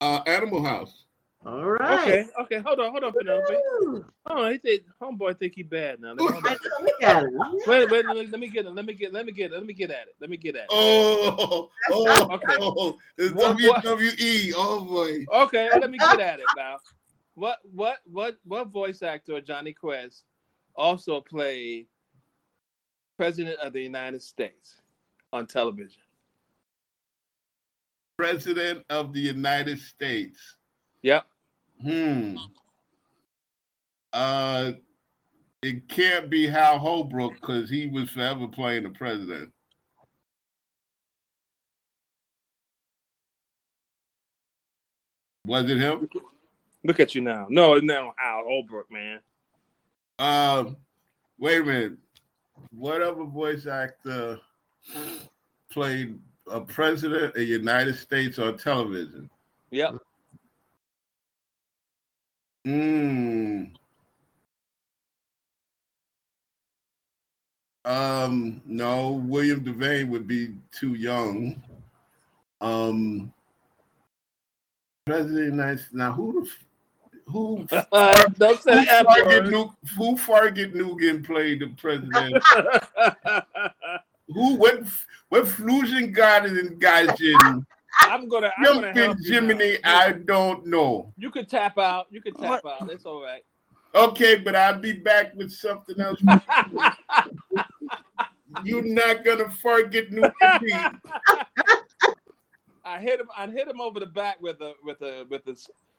E: uh, Animal House.
B: All right.
C: Okay, okay. Hold on, hold on, Penelope.
B: Woo!
C: Oh, he think homeboy think he bad now. Hold
B: I
C: on.
B: know, look at him.
C: Wait, wait. Let, let me get it. Let me get. Let me get. Let me get at it. Let me get at it.
E: Oh, oh,
C: Okay.
E: oh, it's
C: What- what-
E: WWE. Oh boy,
C: Okay, let me get at it now. What what what what voice actor of Johnny Quest also played President of the United States on television?
E: President of the United States.
C: Yep.
E: Hmm. Uh, it can't be Hal Holbrook because he was forever playing the president. Was it him?
C: Look at you now. No, no, Al Holbrook, man.
E: Um, wait a minute. What other voice actor played a president of the United States on television?
C: Yep.
E: Mm. Um, no, William Devane would be too young. Um, President of the United States. Now, who the f- who
F: Don't say
E: who
F: that
E: Farget
F: word.
E: Nu- who Farget Nugan played the president? who what what Flusion God and guys in
F: I'm gonna. I'm gonna help you now.
E: Jiminy? I don't know.
F: You could tap out. You could tap
D: What?
F: out. It's all right.
E: Okay, but I'll be back with something else. You're not gonna Farget Nugan. beat.
F: I hit him. I hit him over the back with a with a with a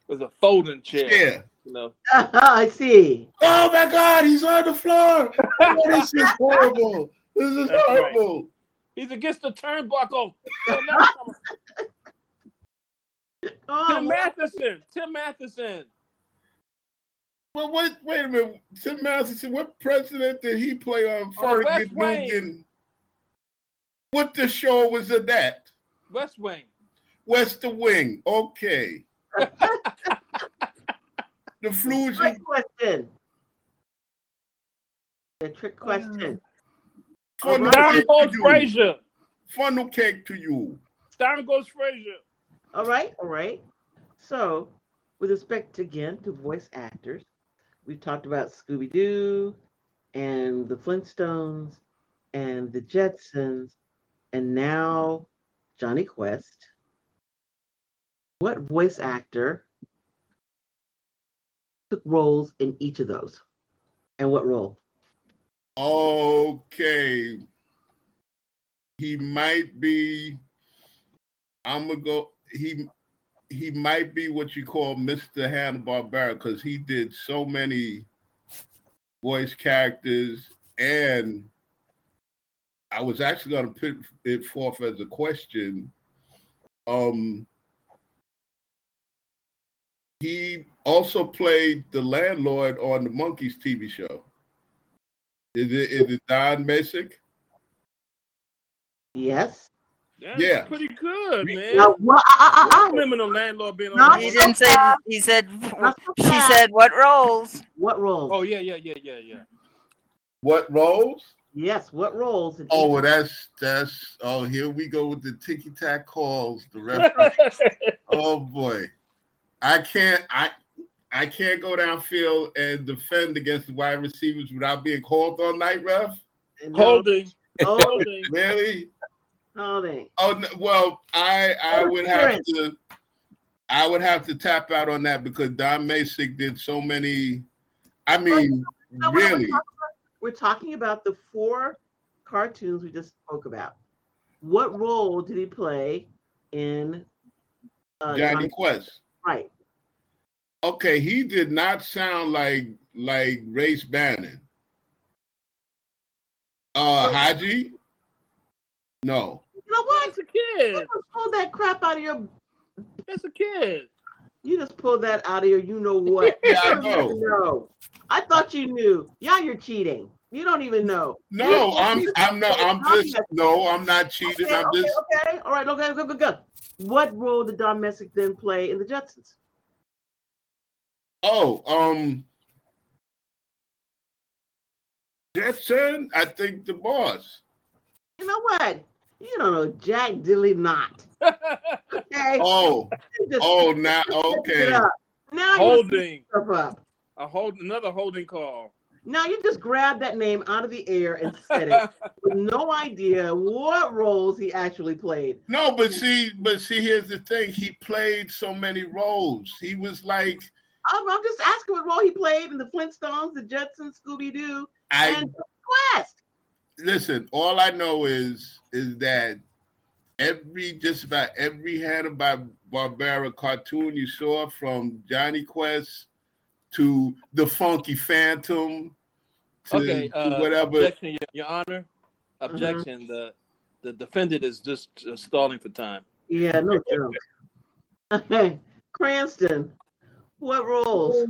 F: with a folding chair.
E: Yeah.
F: You know.
B: I see.
E: Oh my God, he's on the floor. Oh, this is horrible. This is
F: That's right.
E: horrible.
F: He's against the turnbuckle. Tim
B: Oh,
F: Matheson. Tim Matheson.
E: Well, wait, wait a minute. Tim Matheson, what president did he play on
F: On
E: Fargus
F: West Wing.
E: Nugent? What the show was of that?
F: West Wing.
E: West the Wing. Okay. the Fusion,
B: trick question. A trick question.
E: funnel
F: Down
E: cake,
F: goes
E: to you.
F: Frazier.
E: funnel cake to you.
F: Down goes Frazier.
B: All right, all right. So, with respect again to voice actors, we've talked about Scooby Doo and the Flintstones and the Jetsons, and now Johnny Quest. What voice actor took roles in each of those? And what role?
E: Okay. He might be. I'm gonna go. He he might be what you call Mr. Hanna Barbera because he did so many voice characters, and I was actually gonna put it forth as a question. Um, he also played the landlord on the Monkeys TV show. Is it is it Don Messick?
B: Yes.
F: That's
E: Yeah.
F: Pretty good, man.
B: Now, wha- ah, ah, ah, ah.
F: Criminal landlord being on.
B: No.
D: He didn't say. He said. She said what roles?
B: What role?
F: Oh yeah, yeah, yeah, yeah, yeah.
E: What roles?
B: Yes, what roles? in
E: Oh,
B: each-
E: well, that's that's. Oh, here we go with the ticky tack calls. The reference. oh boy, I can't. I I can't go downfield and defend against the wide receivers without being called all night, ref.
B: no,
F: Holding.
B: oh,
F: Holding.
E: Really?
B: holding.
E: Oh no, well, I I would have
B: Terrence.
E: to I would have to tap out on that because Don Masick did so many. I mean,
B: no, we're not
E: really,
B: We're talking about the four cartoons we just spoke about. What role did he play in uh,
E: Johnny Quest.
B: Right.
E: Okay, he did not sound like like Race Bannon. Uh Haji? No.
B: You know what?
F: That's a kid.
B: You just pulled that crap out of your.
F: That's a kid.
B: You just pulled that out of your. You know what?
E: Yeah, I
B: You don't even
E: know.
B: know. I thought you knew. Yeah, you're cheating. You don't even know.
E: No, I'm I'm not I'm just no, I'm not cheating.
B: Okay,
E: I'm
B: okay,
E: just
B: okay. All right. Okay. Go. Go. Go. What role did Don Messick then play in the Jetsons?
E: oh um Jetson, I think the boss.
B: You know what? You don't know Jack Dilly Knot. Okay.
E: Oh,
B: You just-
E: oh now
B: Pick it
E: okay.
B: up. Now you pick
F: holding.
B: yourself up.
F: A hold. Another holding call.
B: Now you just grabbed that name out of the air and said it with no idea what roles he actually played.
E: No, but see, but see, here's the thing. He played so many roles. He was like,
B: I'm, I'm just asking what role he played in the Flintstones, the Jetsons, Scooby Doo,
E: I
B: and Quest.
E: listen, all I know is is that every just about every Hanna Bar- Barbera cartoon you saw from Johnny Quest to the Funky Phantom to,
F: Okay.
E: to
F: Uh,
E: whatever.
F: Objection, Your, Your Honor. Objection. The the defendant is just uh, stalling for time.
B: Yeah, no joke. Okay, Cranston, what roles?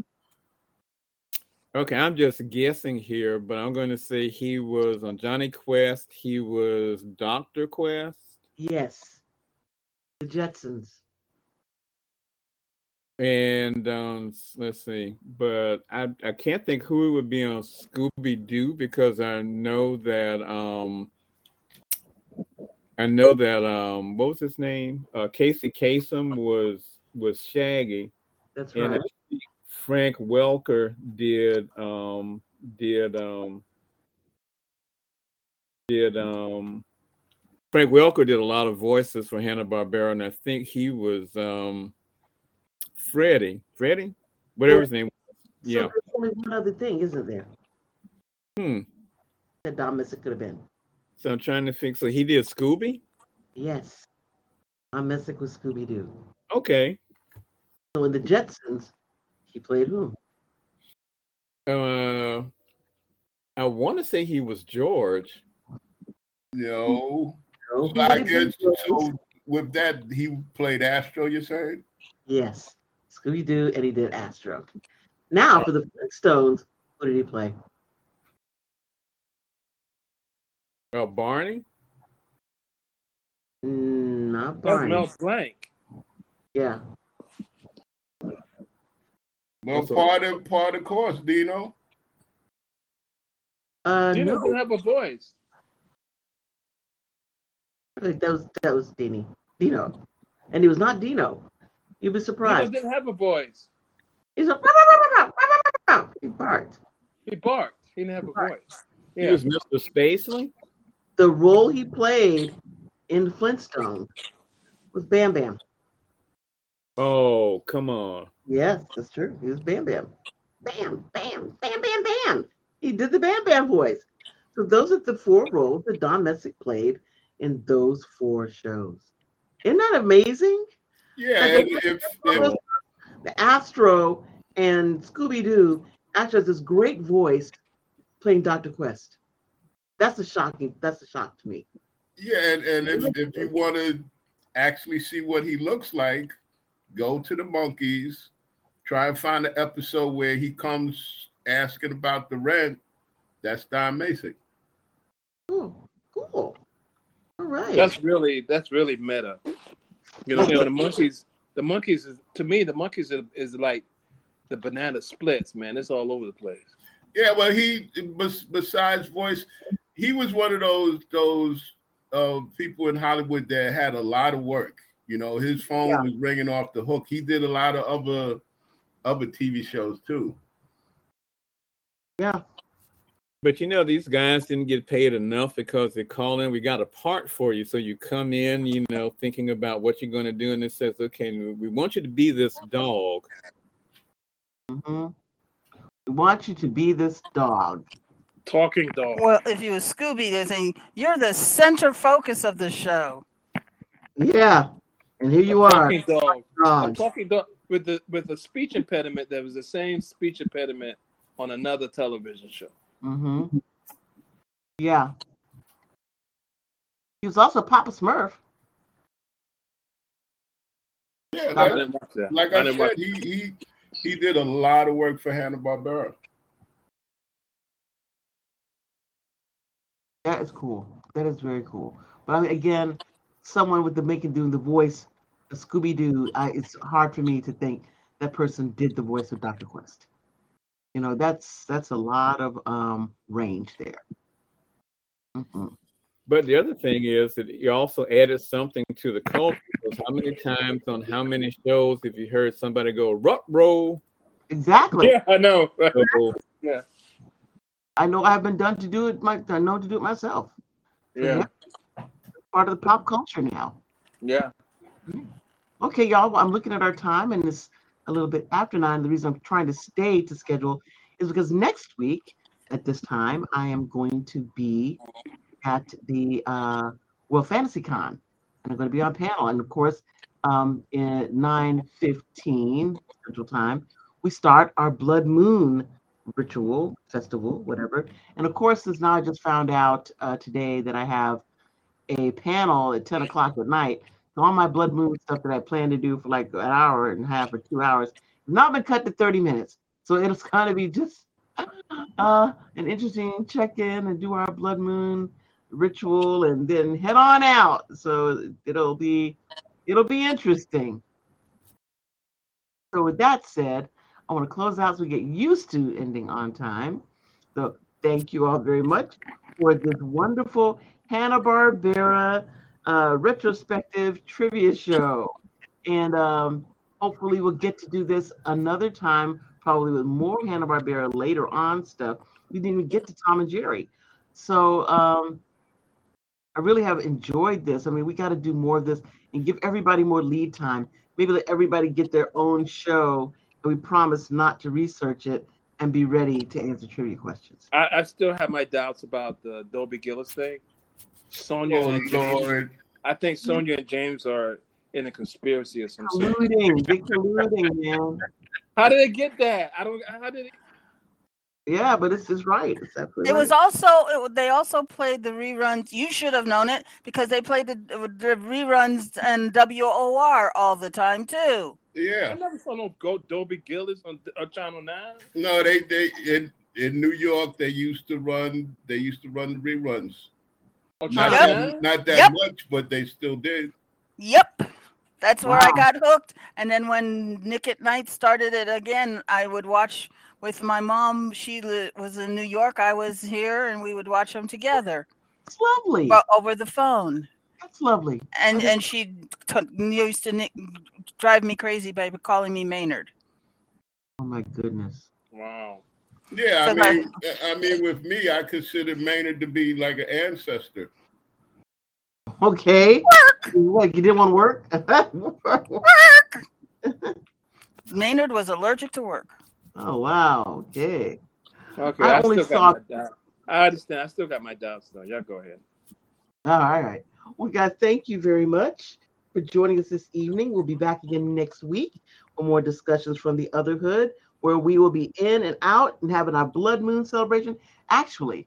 C: Okay, I'm just guessing here, but I'm going to say he was on Johnny Quest. He was Doctor Quest,
B: Yes, the Jetsons.
C: and um, s- let's see. But I I can't think who it would be on Scooby Doo because I know that um I know that um what was his name uh Casey Kasem was with Shaggy.
B: That's
C: and uh,
B: right.
C: I think Frank Welker did um did um did um Frank Welker did a lot of voices for Hanna Barbera, and I think he was um Freddie, Freddie, whatever his name. was.
B: So
C: Yeah.
B: there's only one other thing, isn't there?
C: Hmm.
B: That Don Missa could have been.
C: So I'm trying to think. So he did Scooby.
B: Yes. Don Missa was Scooby Doo.
C: Okay.
B: So in the Jetsons, he played who?
C: Uh, I want to say he was George.
E: No.
B: No, he
E: I
B: didn't.
E: guess so with that he played Astro, you said?
B: Yes. Scooby Doo, and he did Astro. Now for the Flintstones, what did he play?
C: Uh, Barney.
B: Mm, Not
F: That's
B: Barney.
F: Mel Blanc.
B: Yeah.
E: Well
C: Also-
E: part of part of course, Dino.
B: Uh,
F: You
B: no,
F: don't have a voice.
B: that was that was Dini. Dino, and he was not Dino. You'd be
F: He
B: surprised.
F: didn't have a voice.
B: He's a he barked.
F: He barked. He didn't have a
B: Right.
F: voice.
C: He
F: Yeah.
C: was Mr. Spacely.
B: The role he played in Flintstone was Bam Bam.
C: Oh, come on.
B: Yes, that's true. He was Bam Bam. Bam, bam, bam, bam, bam. He did the Bam Bam voice. So those are the four roles that Don Messick played in those four shows. Isn't that amazing?
E: Yeah,
B: Okay.
E: and if, if
B: The Astro and Scooby Doo actually has this great voice playing Dr. Quest. That's a shocking, that's a shock to me.
E: yeah, and, and if, if you want to actually see what he looks like, go to the monkeys, try and find the episode where he comes asking about the rent. That's Don Mason.
B: Oh, cool. All right.
F: That's really that's really meta. You know, the monkeys the monkeys is to me the monkeys is, is like the banana splits, man. It's all over the place.
E: Yeah, well, he bes- besides voice, he was one of those those uh, people in Hollywood that had a lot of work. You know, his phone
B: Yeah.
E: was ringing off the hook. He did a lot of other other TV shows too.
B: yeah.
C: But you know, these guys didn't get paid enough because they call in, we got a part for you. So you come in, you know, thinking about what you're going to do. And it says, okay, we want you to be this dog.
B: hmm We want you to be this dog.
F: Talking dog.
D: Well, if you were Scooby, they're saying you're the center focus of the show.
B: Yeah. And here you are.
F: Talking dog. I'm
B: dog.
F: talking dog with the with a speech impediment that was the same speech impediment on another television show.
B: hmm Yeah. He was also Papa Smurf.
E: Yeah,
F: I
E: like,
F: didn't watch that.
E: like
F: I
E: I
F: didn't watch
E: said, he he he did a lot of work for Hanna Barbera.
B: That is cool. That is very cool. But I mean, again, someone with the making doing the voice, the Scooby Doo, it's hard for me to think that person did the voice of Dr. Quest. You know, that's that's a lot of um range there. Mhm.
C: But the other thing is that you also added something to the culture. Because how many times on how many shows have you heard somebody go, rut roll?
B: Exactly.
F: Yeah, I know.
C: So,
B: I know I've been done to do it. My I know to do it myself.
F: yeah,
B: Part of the pop culture now.
F: yeah.
B: Okay, y'all, well, I'm looking at our time and it's a little bit after nine. The reason I'm trying to stay to schedule is because next week at this time, I am going to be at the uh, World Fantasy Con and I'm going to be on panel. And of course, um, at 9.15 Central Time, we start our Blood Moon ritual, festival, whatever. And of course, since now I just found out uh, today that I have a panel at 10 o'clock at night. So all my blood moon stuff that I plan to do for like an hour and a half or two hours has now been cut to 30 minutes. So it's going to be just uh, an interesting check in and do our blood moon ritual and then head on out. So it'll be it'll be interesting. So with that said, I want to close out so we get used to ending on time. So thank you all very much for this wonderful Hanna Barbera uh, retrospective trivia show. And um, Hopefully, we'll get to do this another time, probably with more Hanna Barbera later on stuff. We didn't even get to Tom and Jerry, so um, I really have enjoyed this. I mean, we got to do more of this and give everybody more lead time. Maybe let everybody get their own show, and we promise not to research it and be ready to answer trivia questions.
F: I, I still have my doubts about the Dobie Gillis thing. Sonia
E: Oh,
F: and James,
E: Lord.
F: I think Sonia and James are in a conspiracy or some shit.
B: Colluding, big colluding, man.
F: How did they get that? I don't. How did it?
B: Yeah, but it's just right. It's absolutely
D: It was
B: right.
D: also it, wa- they also played the reruns. You should have known it because they played the, the reruns and WOR all the time too.
F: I
E: Yeah.
F: never saw no Go Dobie Gillis on, on Channel Nine.
E: No, they they in in New York they used to run they used to run reruns.
F: On Channel
D: Yep.
E: Not that,
F: Nine.
E: not that
D: Yep.
E: much, but they still did.
D: Yep, that's where I
B: Wow.
D: got hooked. And then when Nick at Night started it again, I would watch with my mom. She li- was in New York. I was here, and we would watch them together,
B: It's lovely.
D: but over the phone.
B: That's lovely.
D: And and she t- used to nick- drive me crazy by calling me Maynard.
B: Oh my goodness.
F: Wow.
E: Yeah,
D: So
E: I mean, I mean, with me, I consider Maynard to be like an ancestor.
B: Okay. What, you didn't want to work?
D: Maynard was allergic to work.
B: oh wow. Okay.
F: Okay,
B: I
F: I,
B: only
F: still
B: saw-
F: got my doubts. I understand. I still got my doubts though. Y'all go ahead.
B: All right. Well, guys, thank you very much for joining us this evening. We'll be back again next week for more discussions from the Otherhood, where we will be in and out and having our blood moon celebration. Actually,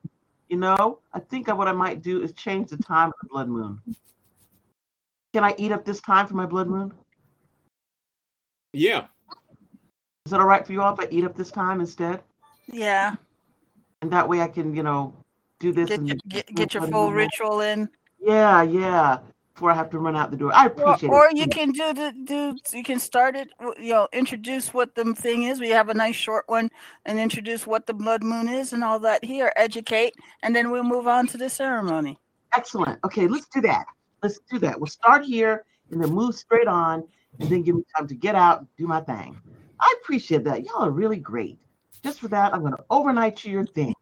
B: you know, I think what I might do is change the time of the blood moon. Can I eat up this time for my blood moon?
C: Yeah.
B: Is it all right for you all if I eat up this time instead?
D: Yeah.
B: And that way I can, you know, do this
D: get
B: and
D: your, get, get your
B: Blood
D: full
B: Moon.
D: ritual in
B: Yeah, yeah. Before I have to run out the door. I
D: or,
B: appreciate
D: or
B: it.
D: you can do the do you can start it w- you know introduce what the thing is we have a nice short one and introduce what the blood moon is and all that here educate and then we'll move on to the ceremony
B: Excellent. Okay, let's do that. Let's do that. We'll start here and then move straight on and then give me time to get out and do my thing. I appreciate that. Y'all are really great. Just for that, I'm going to overnight you your things.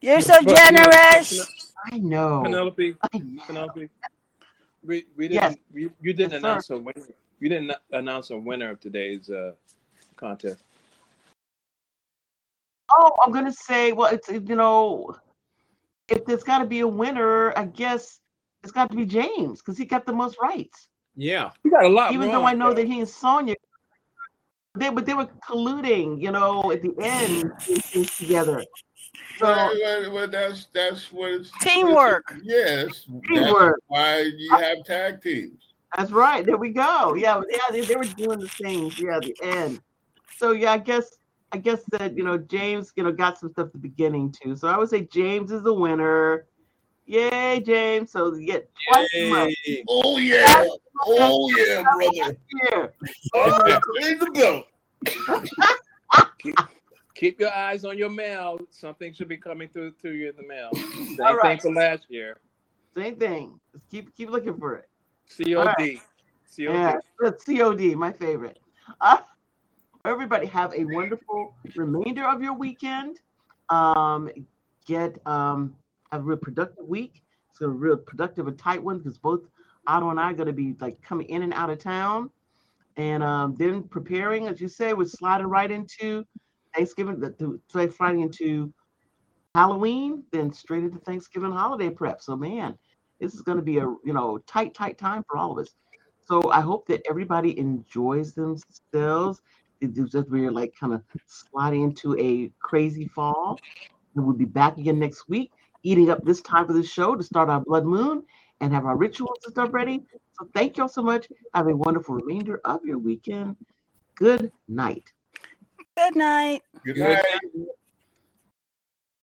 D: you're so
F: But, you know,
D: generous
B: I know.
F: Penelope,
B: I know.
F: Penelope, we, we didn't
B: Yes.
F: we, you didn't
B: Yes, sir.
F: announce a winner. You didn't announce a winner of today's uh, contest.
B: Oh, I'm going to say, well, it's, uh, you know, if there's got to be a winner, I guess it's got to be James because he got the most rights.
C: yeah.
F: You got a lot.
B: even though I know that he and Sonya, they but they were colluding, you know, at the end in- in together.
E: Well,
B: So
E: well, well, that's that's what it's
D: teamwork
E: Yes, that's
B: Teamwork.
E: why you have tag teams.
B: that's right. There we go. Yeah, but yeah, they, they were doing the things. Yeah, at the end. So yeah, I guess I guess that you know James, you know, got some stuff at the beginning too. So I would say James is the winner. Yay, James! So you get twice as much
C: Yay.
E: Oh yeah, oh yeah, brother.
B: here.
E: Oh, clean the belt.
F: Keep your eyes on your mail. Something should be coming through to you in the mail. Same
B: All right.
F: thing for last year.
B: Same thing. Just keep keep looking for it.
F: COD.
B: All
F: COD.
B: Yeah, the COD, my favorite. Uh, everybody, have a wonderful remainder of your weekend. Um, get um, have a real productive week. It's a real productive and tight one because both Otto and I are going to be like coming in and out of town, and um, then preparing, as you say, we're sliding right into Thanksgiving. The, the so sliding into Halloween, then straight into Thanksgiving holiday prep. So man, this is going to be a you know tight, tight time for all of us. So I hope that everybody enjoys themselves. It- It's just we're like kind of sliding into a crazy fall. And we'll be back again next week, eating up this time for the show to start our blood moon and have our rituals and stuff ready. So thank y'all so much. Have a wonderful remainder of your weekend. Good night.
D: good night
E: Good
C: Good
E: night.